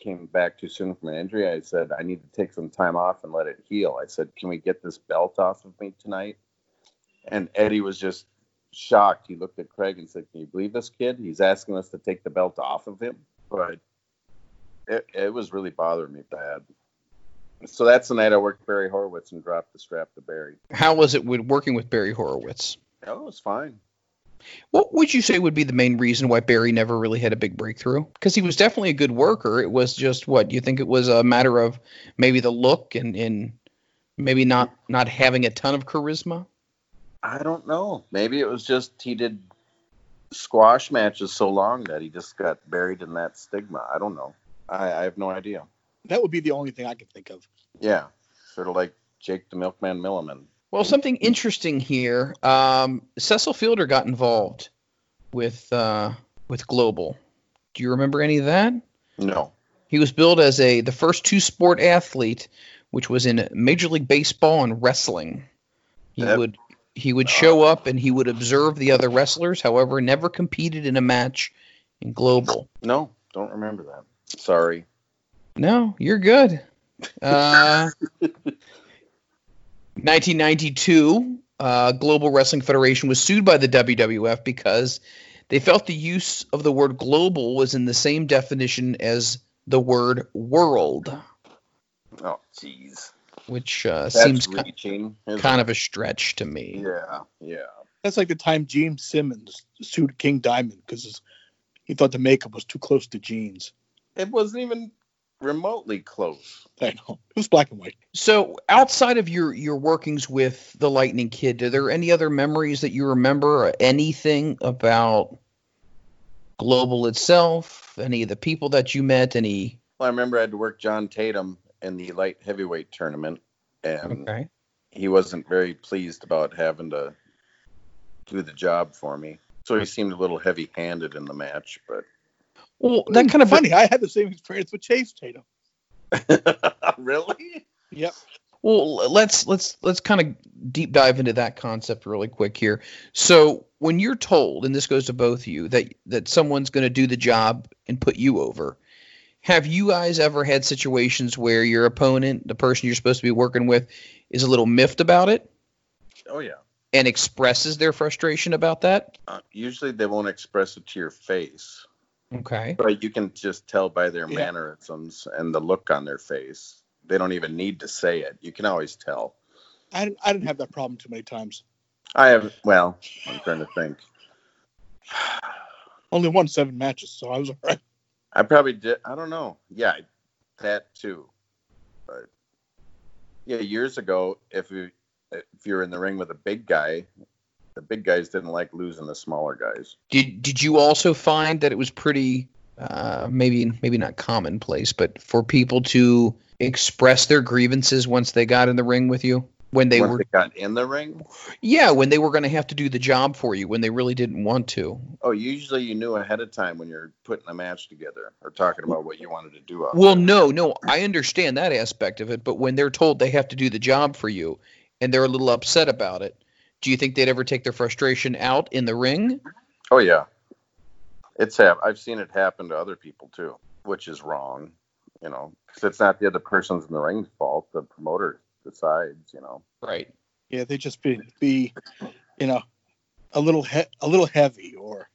Speaker 6: came back too soon from an injury. I said I need to take some time off and let it heal. I said, can we get this belt off of me tonight? And Eddie was just shocked. He looked at Craig and said, "Can you believe this kid? He's asking us to take the belt off of him." But it, it was really bothering me bad. So that's the night I worked Barry Horowitz and dropped the strap to Barry.
Speaker 4: How was it with working with Barry Horowitz?
Speaker 6: That was fine.
Speaker 4: What would you say would be the main reason why Barry never really had a big breakthrough? Because he was definitely a good worker. It was just what you think it was a matter of maybe the look and, and maybe not not having a ton of charisma.
Speaker 6: I don't know. Maybe it was just he did squash matches so long that he just got buried in that stigma. I don't know. I, I have no idea.
Speaker 5: That would be the only thing I can think of.
Speaker 6: Yeah, sort of like Jake the Milkman Milliman.
Speaker 4: Well, something interesting here. Um, Cecil Fielder got involved with uh, with Global. Do you remember any of that?
Speaker 6: No.
Speaker 4: He was billed as a the first two sport athlete, which was in Major League Baseball and wrestling. He
Speaker 6: That-
Speaker 4: would he would show up and he would observe the other wrestlers. However, never competed in a match in global.
Speaker 6: No, don't remember that. Sorry.
Speaker 4: No, you're good. Uh, 1992, uh, Global Wrestling Federation was sued by the WWF because they felt the use of the word global was in the same definition as the word world.
Speaker 6: Oh, jeez.
Speaker 4: which uh,
Speaker 6: That's
Speaker 4: seems ki-
Speaker 6: reaching. isn't
Speaker 4: kind
Speaker 6: it?
Speaker 4: of a stretch to me.
Speaker 6: Yeah, yeah.
Speaker 5: That's like the time Gene Simmons sued King Diamond because he thought the makeup was too close to jeans.
Speaker 6: It wasn't even remotely close.
Speaker 5: I know. It was black and white.
Speaker 4: So, outside of your your workings with the Lightning Kid, are there any other memories that you remember? Or anything about Global itself? Any of the people that you met? Any?
Speaker 6: Well, I remember I had to work John Tatum in the light heavyweight tournament, and
Speaker 4: Okay.
Speaker 6: he wasn't very pleased about having to do the job for me. So he seemed a little heavy-handed in the match, but
Speaker 4: Well, that kind of
Speaker 5: Funny, I had the same experience with Chase Tatum.
Speaker 6: really?
Speaker 5: Yep.
Speaker 4: Well, let's let's let's kind of deep dive into that concept really quick here. So, when you're told, and this goes to both of you, that that someone's going to do the job and put you over, have you guys ever had situations where your opponent, the person you're supposed to be working with, is a little miffed about it
Speaker 6: Oh yeah.
Speaker 4: and expresses their frustration about that?
Speaker 6: Uh, usually they won't express it to your face,
Speaker 4: Okay.
Speaker 6: but you can just tell by their
Speaker 5: Yeah.
Speaker 6: mannerisms and the look on their face. They don't even need to say it. You can always tell.
Speaker 5: I didn't, I didn't have that problem too many times.
Speaker 6: I have. Well, I'm trying to think.
Speaker 5: Only won seven matches, so I was all right.
Speaker 6: I probably did. I don't know. Yeah, I- that too. But yeah, years ago, if you if you're in the ring with a big guy, the big guys didn't like losing the smaller guys.
Speaker 4: Did did you also find that it was pretty uh, maybe maybe not commonplace, but for people to express their grievances once they got in the ring with you? when they
Speaker 6: Once
Speaker 4: were
Speaker 6: it got in the ring.
Speaker 4: yeah when they were going to have to do the job for you when they really didn't want to.
Speaker 6: Oh, usually you knew ahead of time when you're putting a match together or talking about what you wanted to do. out
Speaker 4: Well,
Speaker 6: there.
Speaker 4: no, no, I understand that aspect of it, but when they're told they have to do the job for you and they're a little upset about it, do you think they'd ever take their frustration out in the ring?
Speaker 6: Oh yeah, it's hap- I've seen it happen to other people too, which is wrong. You know, because it's not the other person's in the ring's fault. The promoter decides. You know.
Speaker 4: Right.
Speaker 5: Yeah, they just be, be you know, a little he- a little heavy or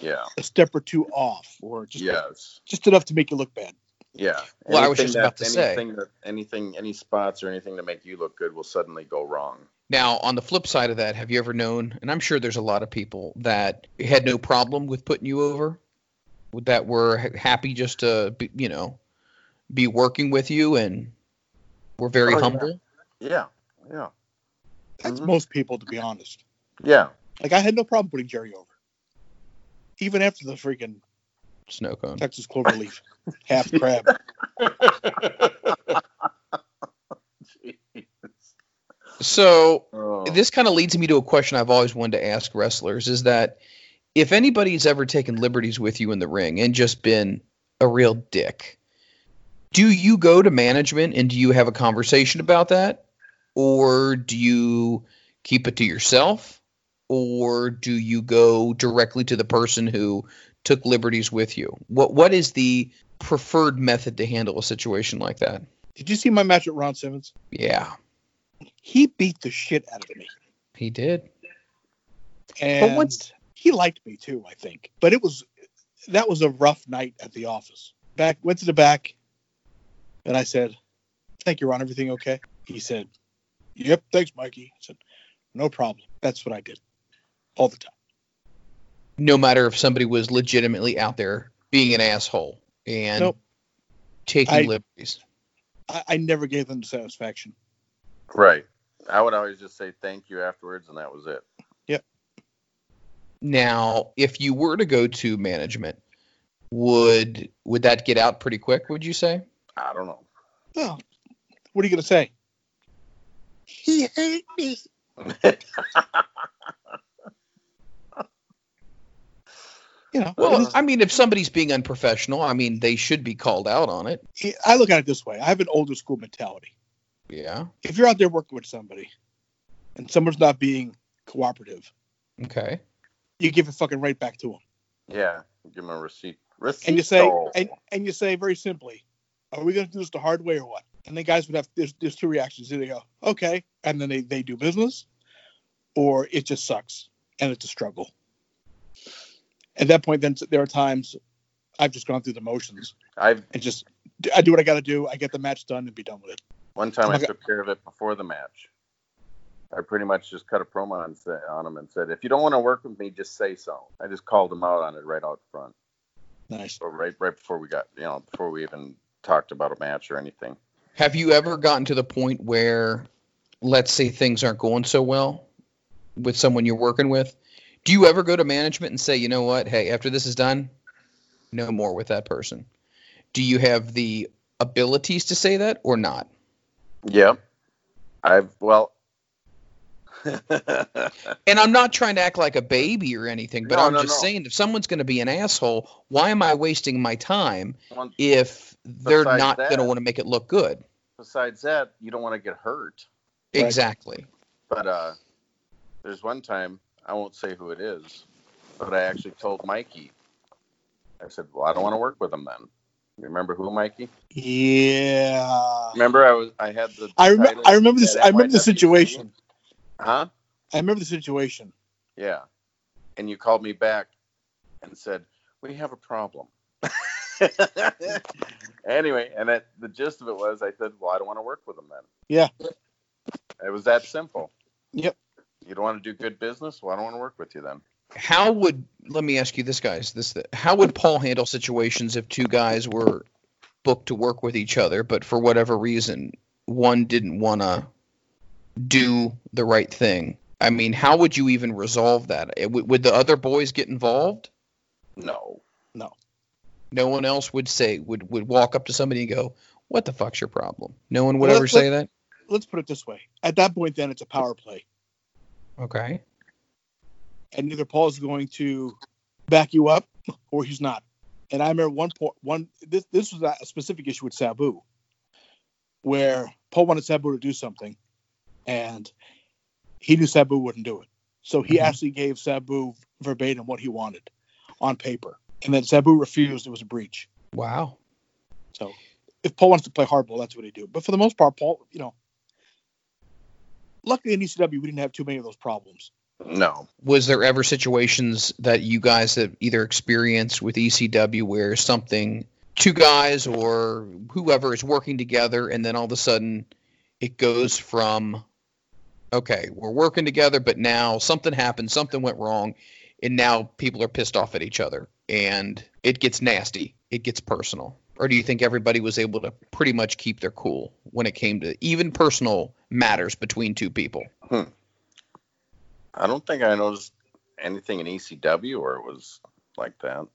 Speaker 6: Yeah.
Speaker 5: a step or two off or just
Speaker 6: yes.
Speaker 5: just enough to make you look bad.
Speaker 6: Yeah.
Speaker 4: Well, I was just
Speaker 6: that-
Speaker 4: about to say.
Speaker 6: anything That, anything, any spots or anything to make you look good will suddenly go wrong.
Speaker 4: Now, on the flip side of that, have you ever known, and I'm sure there's a lot of people that had no problem with putting you over, that were ha- happy just to, be, you know, be working with you and were very
Speaker 6: Oh, yeah.
Speaker 4: humble?
Speaker 6: Yeah. Yeah.
Speaker 5: That's
Speaker 6: Mhm.
Speaker 5: most people, to be honest.
Speaker 6: Yeah.
Speaker 5: Like I had no problem putting Jerry over, even after the freaking
Speaker 4: Snow cone.
Speaker 5: Texas cloverleaf half crab.
Speaker 4: So
Speaker 6: Oh.
Speaker 4: this kind of leads me to a question I've always wanted to ask wrestlers is that if anybody's ever taken liberties with you in the ring and just been a real dick, do you go to management and do you have a conversation about that? Or do you keep it to yourself? Or do you go directly to the person who took liberties with you? What what is the preferred method to handle a situation like that?
Speaker 5: Did you see my match with Ron Simmons?
Speaker 4: Yeah,
Speaker 5: He beat the shit out of me,
Speaker 4: he did.
Speaker 5: and
Speaker 4: what's-
Speaker 5: he liked me too, I think. But it was that was a rough night at the office. Back went to the back, and I said, "Thank you, Ron. Everything okay?" He said, "Yep, thanks, Mikey." I said, "No problem." That's what I did all the time.
Speaker 4: no matter if somebody was legitimately out there being an asshole and
Speaker 5: Nope.
Speaker 4: taking
Speaker 5: I-
Speaker 4: liberties.
Speaker 5: I, I never gave them the satisfaction.
Speaker 6: Right. I would always just say thank you afterwards, and that was it.
Speaker 4: Now, if you were to go to management, would would that get out pretty quick? Would you say?
Speaker 6: I don't know.
Speaker 5: Well, what are you gonna say? He hate me. You know,
Speaker 4: Well,
Speaker 5: it is-
Speaker 4: I mean, if somebody's being unprofessional, I mean, they should be called out on it.
Speaker 5: I look at it this way. I have an older school mentality.
Speaker 4: Yeah.
Speaker 5: If you're out there working with somebody and someone's not being cooperative,
Speaker 4: Okay.
Speaker 5: you give it fucking right back to them.
Speaker 6: Yeah. Give him a receipt. Receipt.
Speaker 5: And you say and, and you say very simply, are we going to do this the hard way or what? And the guys would have there's, there's two reactions. Either they go, "Okay," and then they they do business or it just sucks and it's a struggle. At that point then there are times I've just gone through the motions
Speaker 6: I've
Speaker 5: and just I do what I got to do, I get the match done and be done with it.
Speaker 6: One
Speaker 4: Oh
Speaker 6: time I
Speaker 5: Okay.
Speaker 6: took care of it before the match. I pretty much just cut a promo on, sa- on him and said, if you don't want to work with me, just say so. I just called him out on it right out front,
Speaker 5: Nice.
Speaker 6: or right right before we got, you know, before we even talked about a match or anything.
Speaker 4: Have you ever gotten to the point where, let's say, things aren't going so well with someone you're working with? Do you ever go to management and say, you know what, hey, after this is done, no more with that person? Do you have the abilities to say that or not?
Speaker 6: Yep. I've well.
Speaker 4: And I'm not trying to act like a baby or anything, but
Speaker 6: No,
Speaker 4: I'm
Speaker 6: no,
Speaker 4: just
Speaker 6: no.
Speaker 4: saying if someone's going to be an asshole, why am I wasting my time
Speaker 6: One-
Speaker 4: if they're
Speaker 6: Besides
Speaker 4: not going to
Speaker 6: that-
Speaker 4: want to make it look good?
Speaker 6: besides that, you don't want to get hurt.
Speaker 5: Right.
Speaker 4: Exactly.
Speaker 6: But uh, there's one time I won't say who it is, but I actually told Mikey. I said, "Well, I don't want to work with him then." You remember who, Mikey?
Speaker 5: Yeah.
Speaker 6: Remember, I was I had the.
Speaker 5: I, rem-
Speaker 6: title
Speaker 5: I remember this.
Speaker 6: at
Speaker 5: I remember the
Speaker 6: NYWC?
Speaker 5: situation.
Speaker 6: Huh?
Speaker 5: I remember the situation.
Speaker 6: Yeah. And you called me back and said we have a problem. anyway, and that the gist of it was, I said, "Well, I don't want to work with him then."
Speaker 5: Yeah.
Speaker 6: It was that simple.
Speaker 5: Yep.
Speaker 6: You don't want to do good business. Well, I don't want to work with you then.
Speaker 4: how would let me ask you this guys this how would paul handle situations if two guys were booked to work with each other but for whatever reason one didn't want to do the right thing i mean how would you even resolve that It- would would the other boys get involved
Speaker 6: No.
Speaker 4: no one else would say would would walk up to somebody and go what the fuck's your problem no one would
Speaker 5: Well,
Speaker 4: ever
Speaker 5: let-
Speaker 4: say that
Speaker 5: let's put it this way: at that point, then it's a power play,
Speaker 4: Okay.
Speaker 5: and either Paul's going to back you up or he's not. And I remember one point, one this this was a specific issue with Sabu, where Paul wanted Sabu to do something, and he knew Sabu wouldn't do it, so he
Speaker 4: Mhm.
Speaker 5: actually gave Sabu verbatim what he wanted on paper, and then Sabu refused. It was a breach.
Speaker 4: Wow.
Speaker 5: So if Paul wants to play hardball, that's what he do. But for the most part, Paul, you know, luckily in ECW we didn't have too many of those problems.
Speaker 6: No.
Speaker 4: Was there ever situations that you guys have either experienced with ECW where something, two guys or whoever is working together, and then all of a sudden it goes from, okay, we're working together, but now something happened, something went wrong, and now people are pissed off at each other, and it gets nasty, it gets personal. Or do you think everybody was able to pretty much keep their cool when it came to even personal matters between two people?
Speaker 6: I don't think I noticed anything in ECW where it was like that.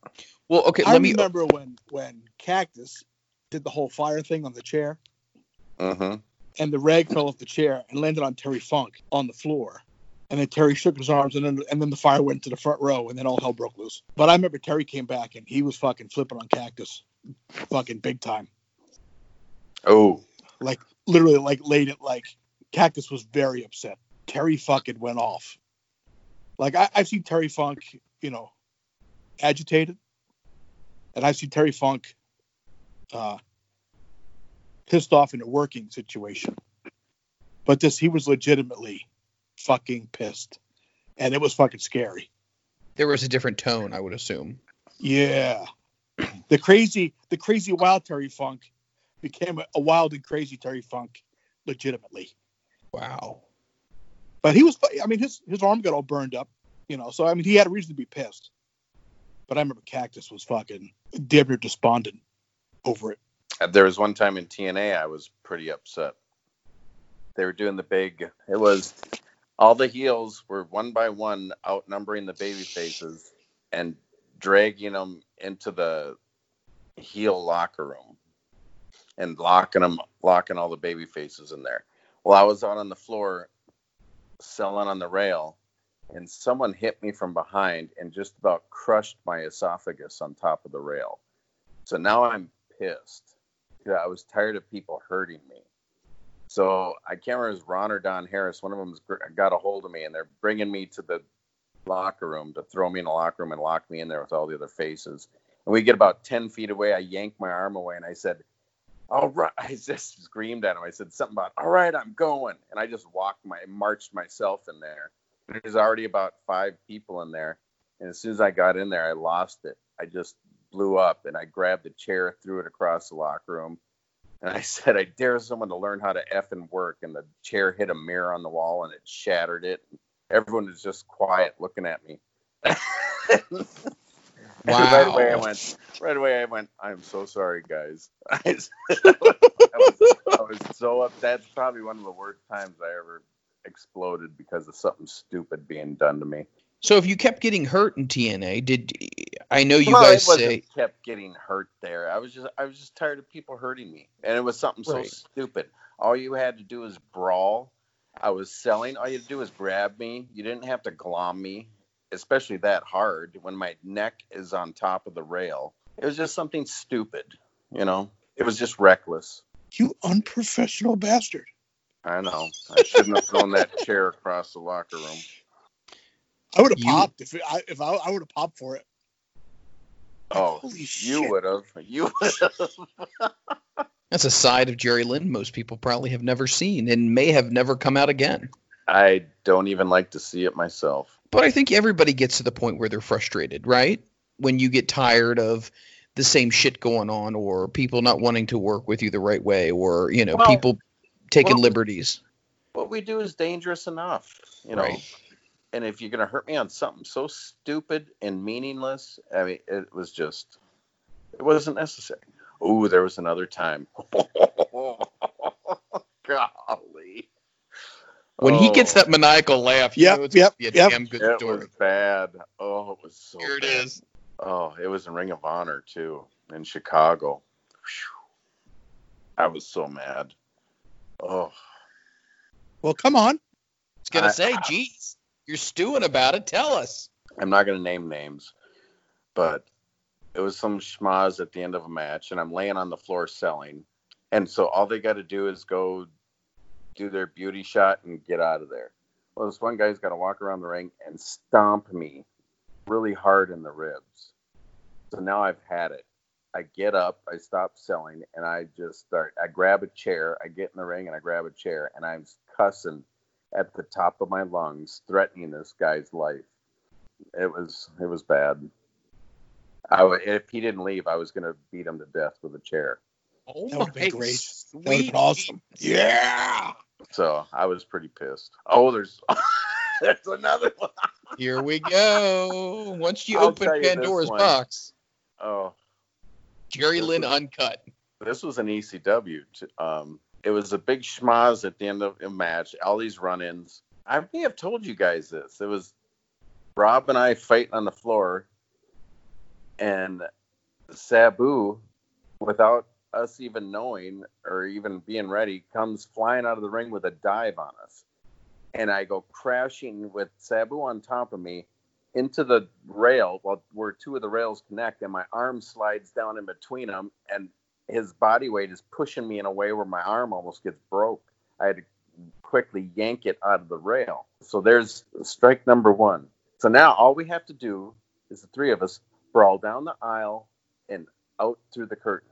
Speaker 4: Well, okay,
Speaker 5: I
Speaker 4: let me. uh,
Speaker 5: remember when when Cactus did the whole fire thing on the chair,
Speaker 6: Mm-hmm.
Speaker 5: and the rag fell off the chair and landed on Terry Funk on the floor. And then Terry shook his arms, and then and then the fire went to the front row, and then all hell broke loose. But I remember Terry came back, and he was fucking flipping on Cactus, fucking big time.
Speaker 6: Oh,
Speaker 5: Literally, like late at like Cactus was very upset. Terry fucking went off. Like I, I've seen Terry Funk, you know, agitated, and I've seen Terry Funk uh, pissed off in a working situation. But this, he was legitimately fucking pissed, and it was fucking scary.
Speaker 4: there was a different tone, I would assume.
Speaker 5: Yeah, the crazy, the crazy wild Terry Funk became a, a wild and crazy Terry Funk, legitimately.
Speaker 4: Wow.
Speaker 5: But he was, I mean, his his arm got all burned up, you know. So I mean, he had a reason to be pissed. But I remember Cactus was fucking damn near despondent over it.
Speaker 6: there was one time in TNA I was pretty upset. They were doing the big. It was all the heels were one by one outnumbering the baby faces and dragging them into the heel locker room and locking them, locking all the baby faces in there. Well, I was out on the floor selling on the rail, and someone hit me from behind and just about crushed my esophagus on top of the rail. So now I'm pissed. Yeah, I was tired of people hurting me. So I can't remember if it was Ron or Don Harris. One of them got a hold of me, and they're bringing me to the locker room to throw me in the locker room and lock me in there with all the other faces. And we get about ten feet away. I yanked my arm away, and I said, "All right!" I just screamed at him. I said something about, "All right, I'm going," and I just walked my marched myself in there. There's already about five people in there, and as soon as I got in there, I lost it. I just blew up and I grabbed a chair, threw it across the locker room, and I said, I dare someone to learn how to F and work. And the chair hit a mirror on the wall and it shattered it. Everyone was just quiet looking at me. And right away I
Speaker 4: Wow.
Speaker 6: went, right away I went, I'm so sorry, guys. I was, I was so up. That's probably one of the worst times I ever exploded because of something stupid being done to me.
Speaker 4: So if you kept getting hurt in TNA, did I know you
Speaker 6: Well,
Speaker 4: guys
Speaker 6: it wasn't
Speaker 4: say
Speaker 6: kept getting hurt there. I was just I was just tired of people hurting me, and it was something so
Speaker 4: Right.
Speaker 6: stupid. All you had to do was brawl. I was selling. All you had to do was grab me. You didn't have to glom me, especially that hard when my neck is on top of the rail. It was just something stupid, you know. It was just reckless.
Speaker 5: You unprofessional bastard.
Speaker 6: I know. I shouldn't have thrown that chair across the locker room.
Speaker 5: I would have
Speaker 4: You-
Speaker 5: popped if I if I, I would have popped for it.
Speaker 6: Oh,
Speaker 5: Holy shit!
Speaker 6: you would have. You would have.
Speaker 4: that's a side of Jerry Lynn most people probably have never seen and may have never come out again.
Speaker 6: I don't even like to see it myself.
Speaker 4: But I think everybody gets to the point where they're frustrated, right? When you get tired of the same shit going on or people not wanting to work with you the right way or, you know,
Speaker 6: Well-
Speaker 4: people taking
Speaker 6: well-
Speaker 4: liberties.
Speaker 6: what we do is dangerous enough, you know.
Speaker 4: Right.
Speaker 6: And if you're gonna hurt me on something so stupid and meaningless, I mean, it was just, it wasn't necessary. Oh, there was another time. Golly.
Speaker 4: When he gets
Speaker 6: Oh,
Speaker 4: that maniacal laugh, you
Speaker 5: Yep,
Speaker 4: know it's
Speaker 5: yep,
Speaker 4: gonna be a
Speaker 5: yep.
Speaker 4: damn good
Speaker 6: it
Speaker 4: story.
Speaker 6: was bad. Oh, it was so.
Speaker 4: Here it
Speaker 6: bad.
Speaker 4: is.
Speaker 6: Oh, it was in Ring of Honor too in Chicago. Phew. I was so mad. Oh,
Speaker 5: Well, come on.
Speaker 4: It's gonna
Speaker 6: I-
Speaker 4: say, "Geez, you're stewing about it. Tell us."
Speaker 6: I'm not going to name names, but it was some schmaz at the end of a match, and I'm laying on the floor selling. And so all they got to do is go do their beauty shot and get out of there. Well, this one guy's got to walk around the ring and stomp me really hard in the ribs. So now I've had it. I get up, I stop selling, and I just start. I grab a chair, I get in the ring, and I grab a chair, and I'm cussing at the top of my lungs, threatening this guy's life it was it was bad. I w- if he didn't leave, I was gonna beat him to death with a chair.
Speaker 4: Oh
Speaker 5: That would've been
Speaker 4: my
Speaker 5: great. That would have
Speaker 4: sweet
Speaker 5: been awesome. Yeah.
Speaker 6: So I was pretty pissed. Oh, there's there's another one.
Speaker 4: Here we go. Once you
Speaker 6: I'll
Speaker 4: open
Speaker 6: tell you this
Speaker 4: Pandora's
Speaker 6: one.
Speaker 4: box,
Speaker 6: Oh,
Speaker 4: Jerry
Speaker 6: This
Speaker 4: Lynn
Speaker 6: is-
Speaker 4: uncut.
Speaker 6: this was an ECW. T- um, it was a big schmaz at the end of a match. All these run-ins. I may have told you guys this. It was Rob and I fighting on the floor, and Sabu, without us even knowing or even being ready, comes flying out of the ring with a dive on us, and I go crashing with Sabu on top of me into the rail while where two of the rails connect, and my arm slides down in between them, and his body weight is pushing me in a way where my arm almost gets broke. I had to quickly yank it out of the rail. So there's strike number one. So now all we have to do is the three of us brawl down the aisle and out through the curtain.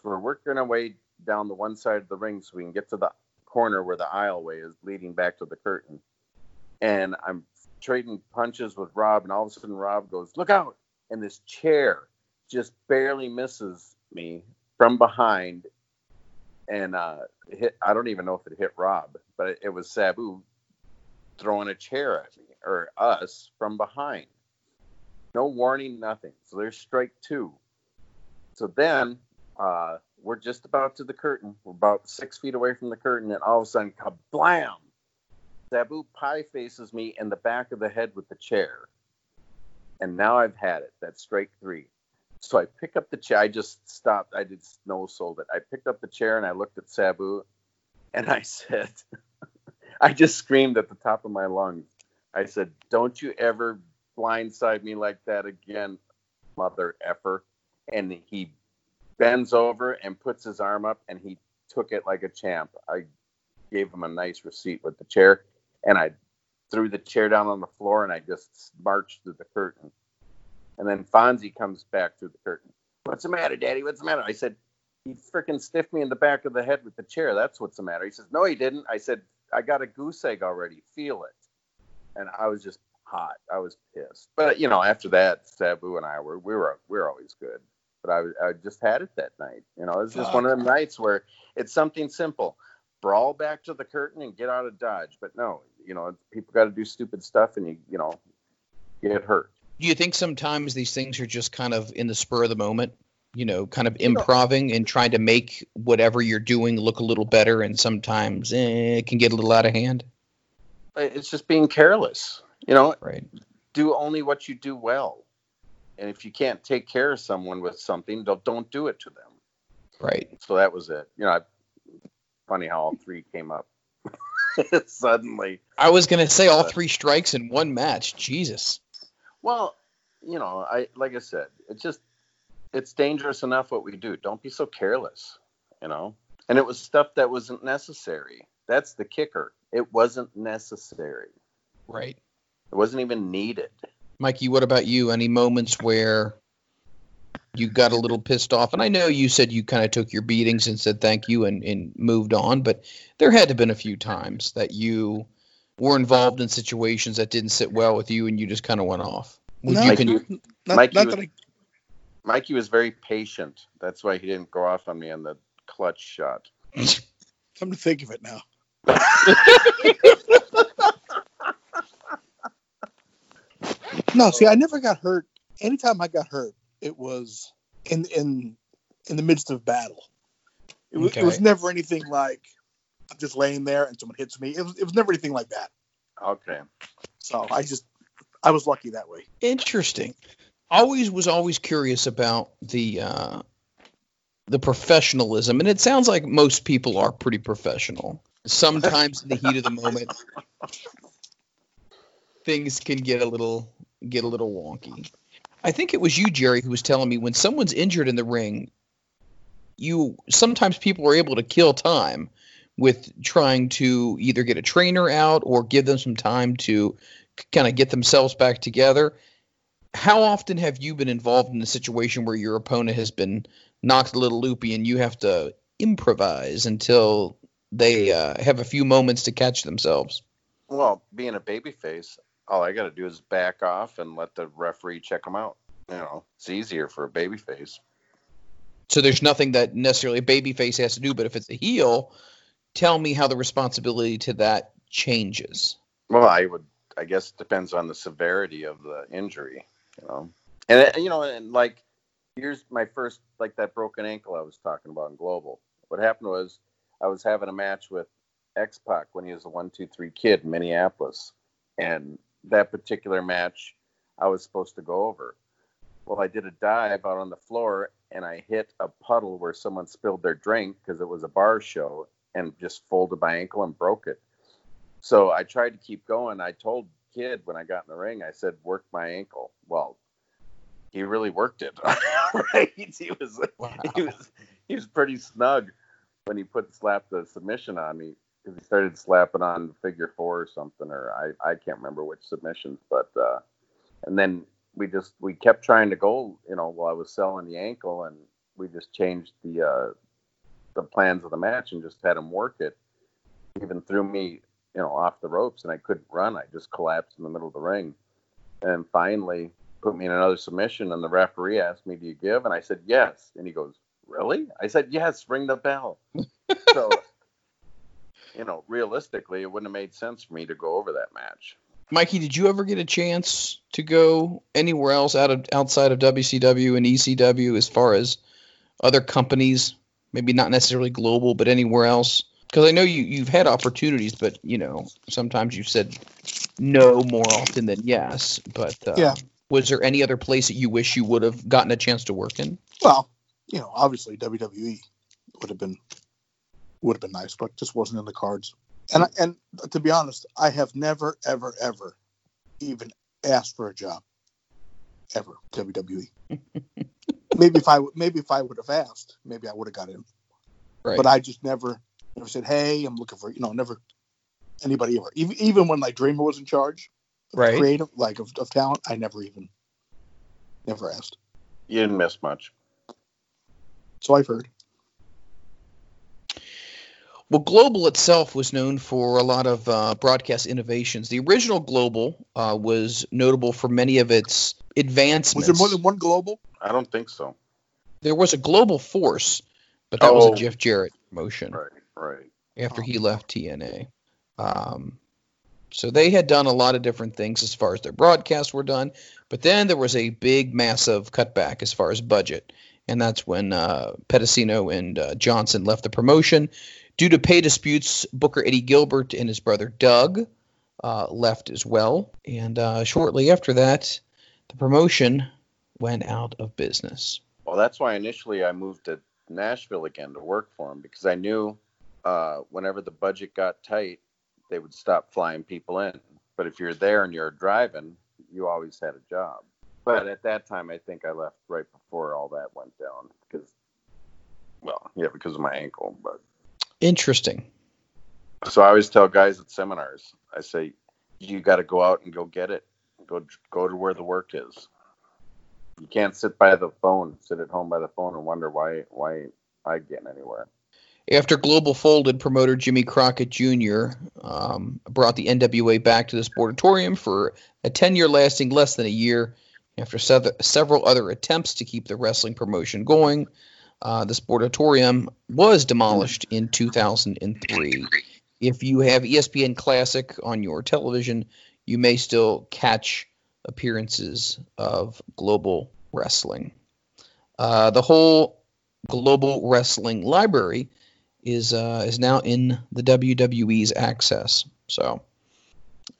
Speaker 6: So we're working our way down the one side of the ring so we can get to the corner where the aisleway is leading back to the curtain. And I'm trading punches with Rob, and all of a sudden Rob goes, Look out! And this chair just barely misses me from behind and uh, hit. I don't even know if it hit Rob, but it, it was Sabu throwing a chair at me or us from behind. No warning, nothing. So there's strike two. So then uh, we're just about to the curtain. We're about six feet away from the curtain, and all of a sudden, kablam! Sabu pie faces me in the back of the head with the chair. And now I've had it. That's strike three. So I pick up the chair. I just stopped. I did snow sold it. I picked up the chair and I looked at Sabu and I said, I just screamed at the top of my lungs. I said, Don't you ever blindside me like that again, mother effer. And he bends over and puts his arm up and he took it like a champ. I gave him a nice receipt with the chair and I threw the chair down on the floor and I just marched through the curtain. And then Fonzie comes back through the curtain. What's the matter, Daddy? What's the matter? I said, He freaking stiffed me in the back of the head with the chair. That's what's the matter. He says, No, he didn't. I said, I got a goose egg already. Feel it. And I was just hot. I was pissed. But you know, after that, Sabu and I were we were we were always good. But I, was- I just had it that night. You know, it's just one of them nights where it's something simple. Brawl back to the curtain and get out of Dodge. But no, you know, people got to do stupid stuff and you, you know, get hurt.
Speaker 4: Do you think sometimes these things are just kind of in the spur of the moment? You know, kind of improving and trying to make whatever you're doing look a little better, and sometimes eh, it can get a little out of hand.
Speaker 6: It's just being careless. You know,
Speaker 4: Right.
Speaker 6: do only what you do well. And if you can't take care of someone with something, don't, don't do it to them.
Speaker 4: Right.
Speaker 6: So that was it. You know, I, funny how all three came up suddenly.
Speaker 4: I was gonna say all three strikes in one match. Jesus.
Speaker 6: Well, you know, I like I said, it's just it's dangerous enough what we do. Don't be so careless, you know. And it was stuff that wasn't necessary. That's the kicker. It wasn't necessary.
Speaker 4: Right.
Speaker 6: It wasn't even needed.
Speaker 4: Mikey, what about you? Any moments where you got a little pissed off? And I know you said you kind of took your beatings and said thank you and, and moved on, but there had to have been a few times that you were involved in situations that didn't sit well with you and you just kind of went off. Would
Speaker 5: No,
Speaker 4: you
Speaker 5: I
Speaker 4: con-
Speaker 6: Mikey,
Speaker 5: Not,
Speaker 6: Mikey
Speaker 5: not
Speaker 6: was-
Speaker 5: that I,
Speaker 6: Mikey was very patient. That's why he didn't go off on me on the clutch shot.
Speaker 5: come to think of it now. No, see, I never got hurt. Anytime I got hurt, it was in in in the midst of battle. It was, it was
Speaker 4: Okay.
Speaker 5: never anything like I'm just laying there and someone hits me. It was, it was never anything like that.
Speaker 6: Okay.
Speaker 5: So I just I was lucky that way.
Speaker 4: Interesting. Always was always curious about the uh, the professionalism, and it sounds like most people are pretty professional. sometimes in the heat of the moment, things can get a little get a little wonky. I think it was you, Jerry, who was telling me when someone's injured in the ring, you sometimes people are able to kill time with trying to either get a trainer out or give them some time to kind of get themselves back together. How often have you been involved in a situation where your opponent has been knocked a little loopy and you have to improvise until they uh, have a few moments to catch themselves.
Speaker 6: Well, being a babyface, all I got to do is back off and let the referee check them out. You know, it's easier for a babyface.
Speaker 4: So there's nothing that necessarily a babyface has to do, but if it's a heel, tell me how the responsibility to that changes.
Speaker 6: Well, I would, I guess, it depends on the severity of the injury. You know, and uh, you know, and like, here's my first, like that broken ankle I was talking about in Global. What happened was I was having a match with X Pac when he was a one two three kid in Minneapolis, and that particular match I was supposed to go over. Well, I did a dive out on the floor and I hit a puddle where someone spilled their drink because it was a bar show and just folded my ankle and broke it. So I tried to keep going. I told Kid when I got in the ring, I said, work my ankle. Well, he really worked it. right? He was he was he was pretty snug when he put slap the submission on me because he started slapping on figure four or something or I I can't remember which submissions but uh and then we just we kept trying to go you know while I was selling the ankle and we just changed the uh the plans of the match and just had him work it even threw me you know off the ropes and I couldn't run I just collapsed in the middle of the ring and finally put me in another submission and the referee asked me do you give and i said yes and he goes really i said yes ring the bell so you know realistically it wouldn't have made sense for me to go over that match
Speaker 4: Mikey, did you ever get a chance to go anywhere else out of outside of WCW and ECW as far as other companies, maybe not necessarily global, but anywhere else? Because I know you you've had opportunities, but you know sometimes you've said no more often than yes. But uh,
Speaker 5: Yeah.
Speaker 4: was there any other place that you wish you would have gotten a chance to work in?
Speaker 5: Well, you know, obviously WWE would have been would have been nice, but just wasn't in the cards. And I, and to be honest, I have never ever ever even asked for a job ever WWE. E. maybe if I would- maybe if I would have asked, maybe I would have got in.
Speaker 4: Right.
Speaker 5: But I just never never said, "Hey, I'm looking for," you know, never anybody ever. Even even when like Dreamer was in charge, of
Speaker 4: Right.
Speaker 5: creative like of, of talent, I never even never asked.
Speaker 6: you didn't miss much
Speaker 5: So I've heard.
Speaker 4: Well, Global itself was known for a lot of uh, broadcast innovations. The original Global uh, was notable for many of its
Speaker 5: Was
Speaker 4: advancements.
Speaker 5: there more than one global?
Speaker 6: i don't think so
Speaker 4: There was a Global Force, but that was
Speaker 6: Oh.
Speaker 4: a Jeff Jarrett promotion
Speaker 6: right Oh. right
Speaker 4: after he left TNA. Um, so they had done a lot of different things as far as their broadcasts were done, but then there was a big, massive cutback as far as budget, and that's when uh, Pedicino and uh, Johnson left the promotion due to pay disputes. Booker Eddie Gilbert and his brother Doug uh, left as well, and uh, shortly after that, the promotion went out of business.
Speaker 6: Well, that's why initially I moved to Nashville again to work for him because I knew uh, whenever the budget got tight, they would stop flying people in. But if you're there and you're driving, you always had a job. But at that time, I think I left right before all that went down because, well, yeah, because of my ankle. But
Speaker 4: Interesting.
Speaker 6: so I always tell guys at seminars, I say, you got to go out and go get it. Go go to where the work is. You can't sit by the phone, sit at home by the phone, and wonder why why I getting anywhere.
Speaker 4: After Global folded, promoter Jimmy Crockett Jr. Um, brought the NWA back to this auditorium for a tenure lasting less than a year. After sev- several other attempts to keep the wrestling promotion going, uh, this auditorium was demolished in 2003. If you have E ESPN Classic on your television, you may still catch appearances of Global Wrestling. Uh, the whole Global Wrestling Library is uh, is now in the WWE's access. So,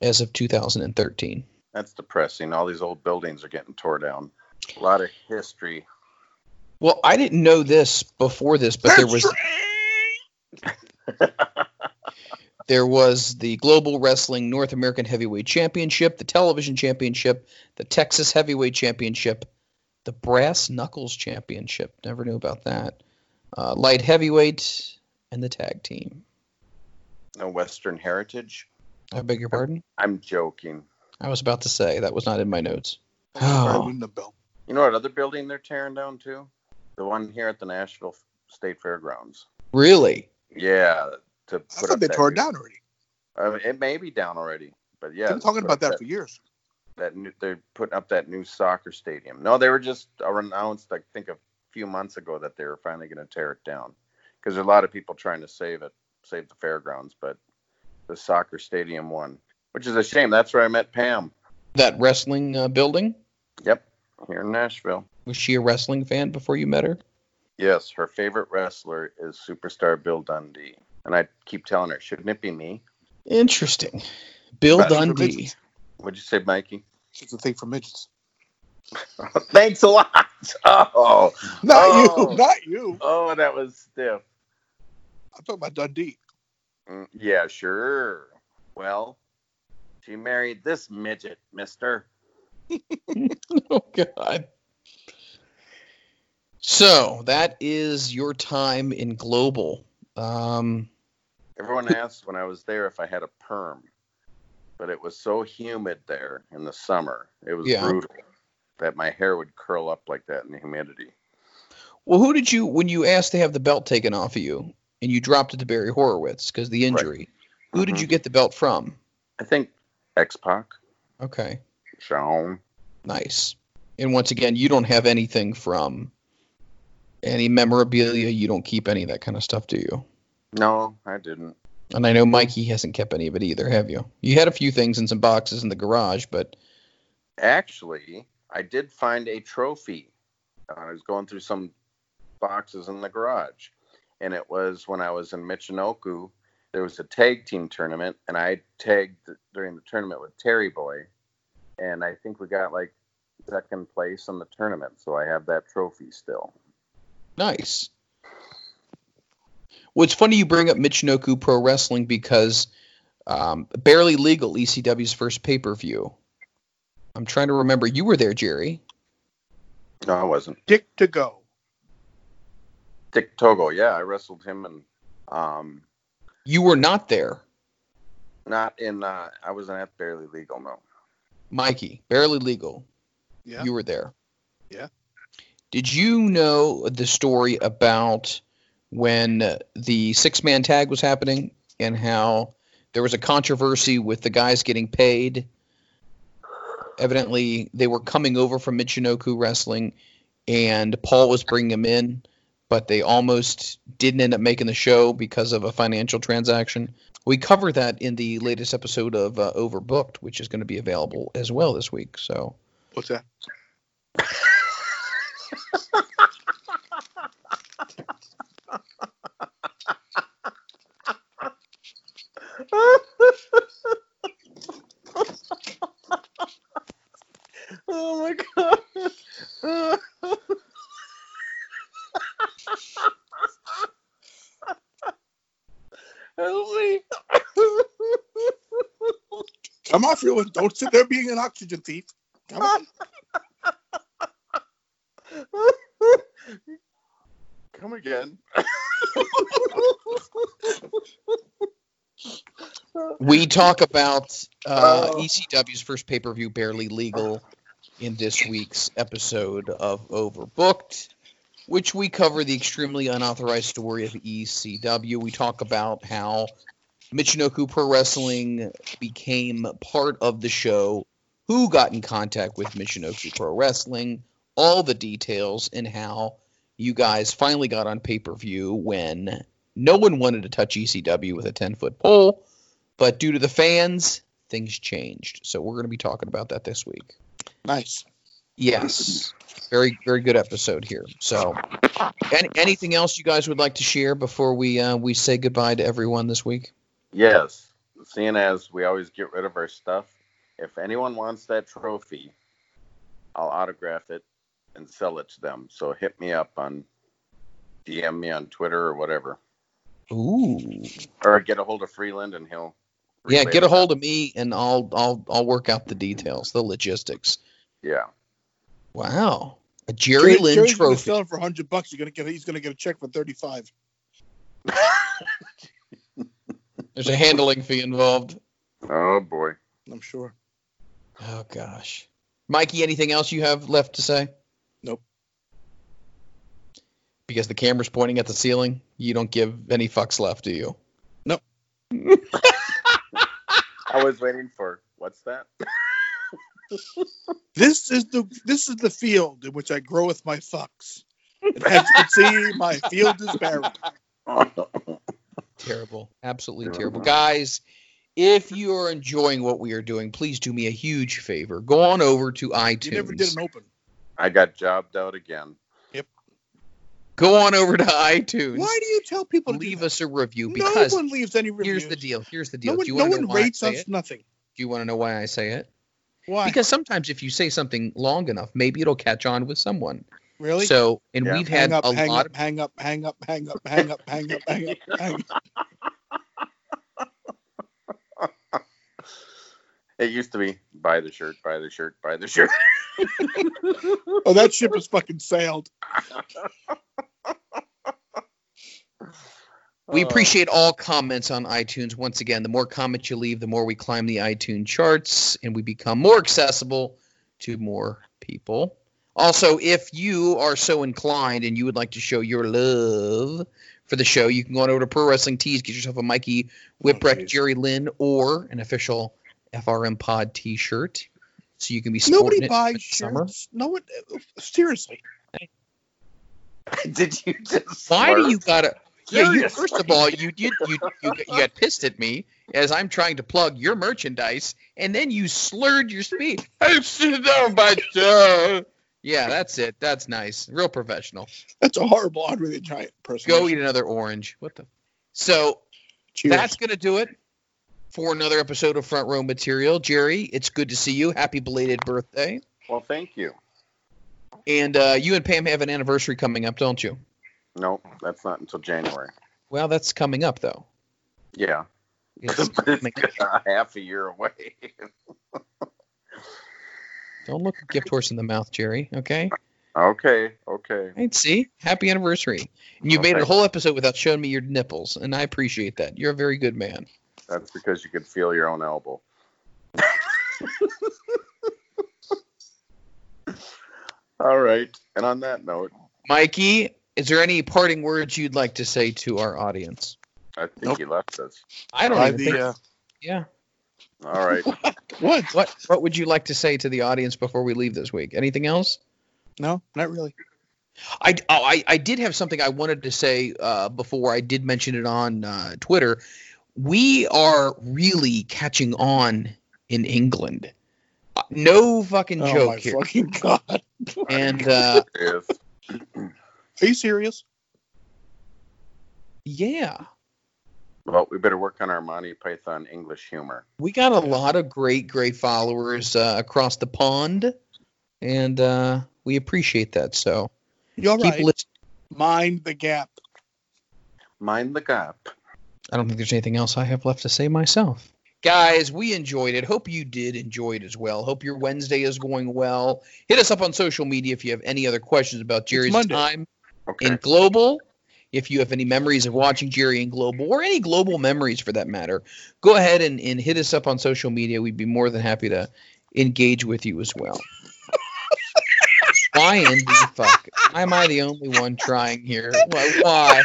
Speaker 4: as of 2013,
Speaker 6: That's depressing. All these old buildings are getting tore down. A lot of history.
Speaker 4: well, I didn't know this before this, but there was There was the Global Wrestling North American Heavyweight Championship, the Television Championship, the Texas Heavyweight Championship, the Brass Knuckles Championship. Never knew about that. Uh, light Heavyweight, and the Tag Team.
Speaker 6: No Western heritage.
Speaker 4: I beg your pardon?
Speaker 6: I'm joking.
Speaker 4: I was about to say that was not in my notes.
Speaker 5: Probably
Speaker 4: Oh,
Speaker 5: win the belt.
Speaker 6: You know what other building they're tearing down too? The one here at the Nashville State Fairgrounds.
Speaker 4: really?
Speaker 6: Yeah, to
Speaker 5: I
Speaker 6: put
Speaker 5: thought
Speaker 6: up
Speaker 5: they
Speaker 6: that
Speaker 5: tore
Speaker 6: new-
Speaker 5: it down already.
Speaker 6: I mean, it may be down already, but yeah,
Speaker 5: They've been talking
Speaker 6: to
Speaker 5: about
Speaker 6: put
Speaker 5: that
Speaker 6: up
Speaker 5: for years.
Speaker 6: that new, they're putting up that new soccer stadium. No, they were just announced, I think, a few months ago that they were finally going to tear it down because there's a lot of people trying to save it, save the fairgrounds, but the soccer stadium one, which is a shame. That's where I met Pam.
Speaker 4: That wrestling uh, building?
Speaker 6: Yep, here in Nashville.
Speaker 4: Was she a wrestling fan before you met her?
Speaker 6: Yes, her favorite wrestler is superstar Bill Dundee, and I keep telling her, shouldn't it be me?
Speaker 4: Interesting. Bill
Speaker 6: That's
Speaker 4: Dundee.
Speaker 5: religious.
Speaker 6: What'd you say, Mikey?
Speaker 5: It's a thing for midgets.
Speaker 6: Thanks a lot. Oh,
Speaker 5: Not
Speaker 6: Oh.
Speaker 5: you, not you.
Speaker 6: oh, that was stiff.
Speaker 5: I'm talking about Dundee.
Speaker 6: Mm, yeah, sure. Well, she married this midget, mister.
Speaker 4: Oh God. So that is your time in global. Um,
Speaker 6: Everyone asked when I was there if I had a perm, but it was so humid there in the summer. It was
Speaker 4: Yeah.
Speaker 6: brutal that my hair would curl up like that in the humidity.
Speaker 4: well, who did you when you asked to have the belt taken off of you and you dropped it to Barry Horowitz because the injury? Who did
Speaker 6: Mhm.
Speaker 4: you get the belt from?
Speaker 6: I think X Pac,
Speaker 4: Okay.
Speaker 6: Sean.
Speaker 4: Nice. And once again, you don't have anything from any memorabilia. You don't keep any of that kind of stuff, do you?
Speaker 6: No, I didn't.
Speaker 4: And I know Mikey hasn't kept any of it either, have you? You had a few things in some boxes in the garage, but
Speaker 6: Actually, I did find a trophy. Uh, I was going through some boxes in the garage, and it was when I was in Michinoku. There was a tag team tournament, and I tagged during the tournament with Terry Boy, and I think we got like second place in the tournament. So I have that trophy still.
Speaker 4: nice. Well, it's funny you bring up Michinoku Pro Wrestling because um, barely legal ECW's first pay per view. I'm trying to remember. You were there, Jerry.
Speaker 6: No, I wasn't.
Speaker 5: Dick to go.
Speaker 6: Dick Togo, yeah, I wrestled him, and um,
Speaker 4: You were not there,
Speaker 6: not in. Uh, I wasn't at Barely Legal. No,
Speaker 4: Mikey. Barely legal.
Speaker 5: Yeah.
Speaker 4: You were there.
Speaker 5: Yeah.
Speaker 4: Did you know the story about when the six man tag was happening and how there was a controversy with the guys getting paid? Evidently, they were coming over from Michinoku Wrestling and Paul was bringing them in, but they almost didn't end up making the show because of a financial transaction. We cover that in the latest episode of uh, Overbooked, which is going to be available as well this week. So.
Speaker 5: What's that?
Speaker 6: oh my god. Help me.
Speaker 5: Come off you and don't sit there being an oxygen thief. Come on.
Speaker 6: Come again.
Speaker 4: we talk about uh,
Speaker 6: Oh.
Speaker 4: ECW's first pay per view, barely legal, in this week's episode of Overbooked, which we cover the extremely unauthorized story of ECW. We talk about how Michinoku Pro Wrestling became part of the show, who got in contact with Michinoku Pro Wrestling, all the details, and how you guys finally got on pay per view when no one wanted to touch ECW with a 10 foot pole. But due to the fans, things changed. So we're going to be talking about that this week.
Speaker 5: Nice.
Speaker 4: Yes. Very, very good episode here. So, any, anything else you guys would like to share before we uh, we say goodbye to everyone this week?
Speaker 6: Yes. Seeing as we always get rid of our stuff, if anyone wants that trophy, I'll autograph it and sell it to them. So hit me up on DM me on Twitter or whatever.
Speaker 4: Ooh.
Speaker 6: or get a hold of Freeland and he'll.
Speaker 4: Yeah,
Speaker 6: relay
Speaker 4: get a
Speaker 6: that.
Speaker 4: hold of me and I'll I'll I'll work out the details, the logistics.
Speaker 6: Yeah,
Speaker 4: Wow. A Jerry Lynn
Speaker 5: Jerry's gonna
Speaker 4: trophy.
Speaker 5: sell it for hundred bucks. You're gonna get he's gonna get a check for thirty five.
Speaker 4: There's a handling fee involved.
Speaker 6: oh boy.
Speaker 5: I'm sure.
Speaker 4: Oh gosh. Mikey, anything else you have left to say?
Speaker 5: Nope.
Speaker 4: Because the camera's pointing at the ceiling, you don't give any fucks left, do you?
Speaker 6: I was waiting for what's that?
Speaker 5: This is the this is the field in which I groweth my fucks. And as you can see, my field is barren.
Speaker 4: Terrible. Absolutely
Speaker 6: Yeah.
Speaker 4: terrible. Guys, if you are enjoying what we are doing, please do me a huge favor. Go on over to iTunes.
Speaker 5: You never did an open.
Speaker 6: I got jobbed out again.
Speaker 4: Go on over to iTunes.
Speaker 5: Why do you tell people to
Speaker 4: leave
Speaker 5: do
Speaker 4: us a review
Speaker 5: that?
Speaker 4: because
Speaker 5: no one leaves any reviews?
Speaker 4: here's the deal. Here's the deal.
Speaker 5: No one,
Speaker 4: do you
Speaker 5: no
Speaker 4: want to
Speaker 5: one
Speaker 4: know why I
Speaker 5: rates
Speaker 4: say
Speaker 5: us
Speaker 4: it?
Speaker 5: nothing.
Speaker 4: Do you want to know why I say it?
Speaker 5: Why?
Speaker 4: Because sometimes if you say something long enough, maybe it'll catch on with someone.
Speaker 5: really?
Speaker 4: So, and
Speaker 6: Yeah.
Speaker 4: we've
Speaker 5: hang
Speaker 4: had
Speaker 5: up,
Speaker 4: a
Speaker 5: hang
Speaker 4: lot.
Speaker 5: up, hang up, hang up, hang up, hang up, hang up, hang up, hang up.
Speaker 6: It used to be buy the shirt, buy the shirt, buy the shirt.
Speaker 5: Oh, that ship has fucking sailed.
Speaker 4: We
Speaker 6: Oh.
Speaker 4: appreciate all comments on iTunes. Once again, the more comments you leave, the more we climb the iTunes charts and we become more accessible to more people. Also, if you are so inclined and you would like to show your love for the show, you can go on over to Pro Wrestling Tees, get yourself a Mikey Whipwreck,
Speaker 5: Oh, geez.
Speaker 4: Jerry Lynn, or an official FRM Pod t shirt. So you can be sporting
Speaker 5: Nobody
Speaker 4: it for
Speaker 5: buys
Speaker 4: the summer.
Speaker 5: shirts. No one. Seriously,
Speaker 6: Did you just?
Speaker 4: Why do
Speaker 6: slurp?
Speaker 4: you gotta? Yeah, you,
Speaker 6: Seriously.
Speaker 4: first of all, you did you, you you got pissed at me as I'm trying to plug your merchandise, and then you slurred your speech. I'm sitting down by Joe. Yeah, that's it. That's nice. Real professional.
Speaker 5: that's a horrible Andre the Giant person.
Speaker 4: Go eat another orange. What the? So
Speaker 5: Cheers.
Speaker 4: that's gonna do it for another episode of Front Row Material. Jerry, it's good to see you. Happy belated birthday.
Speaker 6: Well, thank you.
Speaker 4: And uh, you and Pam have an anniversary coming up, don't you?
Speaker 6: No, that's not until January.
Speaker 4: Well, that's coming up though.
Speaker 6: Yeah,
Speaker 4: It's
Speaker 6: But it's
Speaker 4: coming up.
Speaker 6: a half a year away.
Speaker 4: Don't look a gift horse in the mouth, Jerry. Okay.
Speaker 6: okay, okay.
Speaker 4: Right, see? Happy anniversary. And you
Speaker 6: Oh,
Speaker 4: made a
Speaker 6: thank
Speaker 4: whole episode without showing me your nipples, and I appreciate that. You're a very good man.
Speaker 6: That's because you could feel your own elbow. All right. And on that note,
Speaker 4: Mikey, is there any parting words you'd like to say to our audience?
Speaker 6: I think
Speaker 1: Nope.
Speaker 6: he left us.
Speaker 4: I don't
Speaker 1: By
Speaker 4: even
Speaker 1: the,
Speaker 4: think.
Speaker 1: uh,
Speaker 4: yeah.
Speaker 6: All right.
Speaker 5: What?
Speaker 4: What What would you like to say to the audience before we leave this week? Anything else?
Speaker 5: No, not really.
Speaker 4: I oh, I, I did have something I wanted to say uh, before. I did mention it on uh, Twitter. We are really catching on in England. Uh, No fucking
Speaker 5: oh
Speaker 4: joke
Speaker 5: my
Speaker 4: here.
Speaker 5: fucking god! Are
Speaker 4: And uh,
Speaker 6: Yes.
Speaker 5: you serious?
Speaker 4: yeah.
Speaker 6: Well, we better work on our Monty Python English humor.
Speaker 4: we got a lot of great great followers uh, across the pond and uh, we appreciate that so
Speaker 5: You're
Speaker 4: keep
Speaker 5: right.
Speaker 4: listening
Speaker 5: Mind the gap.
Speaker 6: Mind the gap.
Speaker 4: i don't think there's anything else i have left to say myself guys we enjoyed it hope you did enjoy it as well hope your wednesday is going well hit us up on social media if you have any other questions about jerry's
Speaker 5: Monday.
Speaker 4: time
Speaker 6: Okay.
Speaker 4: in global if you have any memories of watching jerry in global or any global memories for that matter go ahead and, and hit us up on social media we'd be more than happy to engage with you as well why in the fuck why am i the only one trying here why why,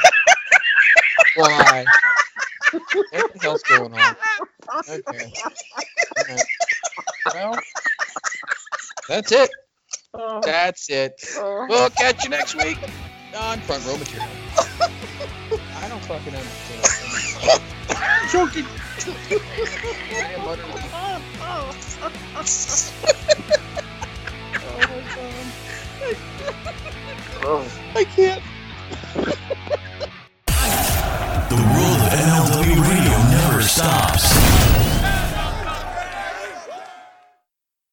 Speaker 4: why? what the hell's going on okay All right. well that's it that's it We'll catch you next week on Front Row Material. I don't fucking understand.
Speaker 5: Joking.
Speaker 4: I am utterly
Speaker 5: I can't.
Speaker 9: The world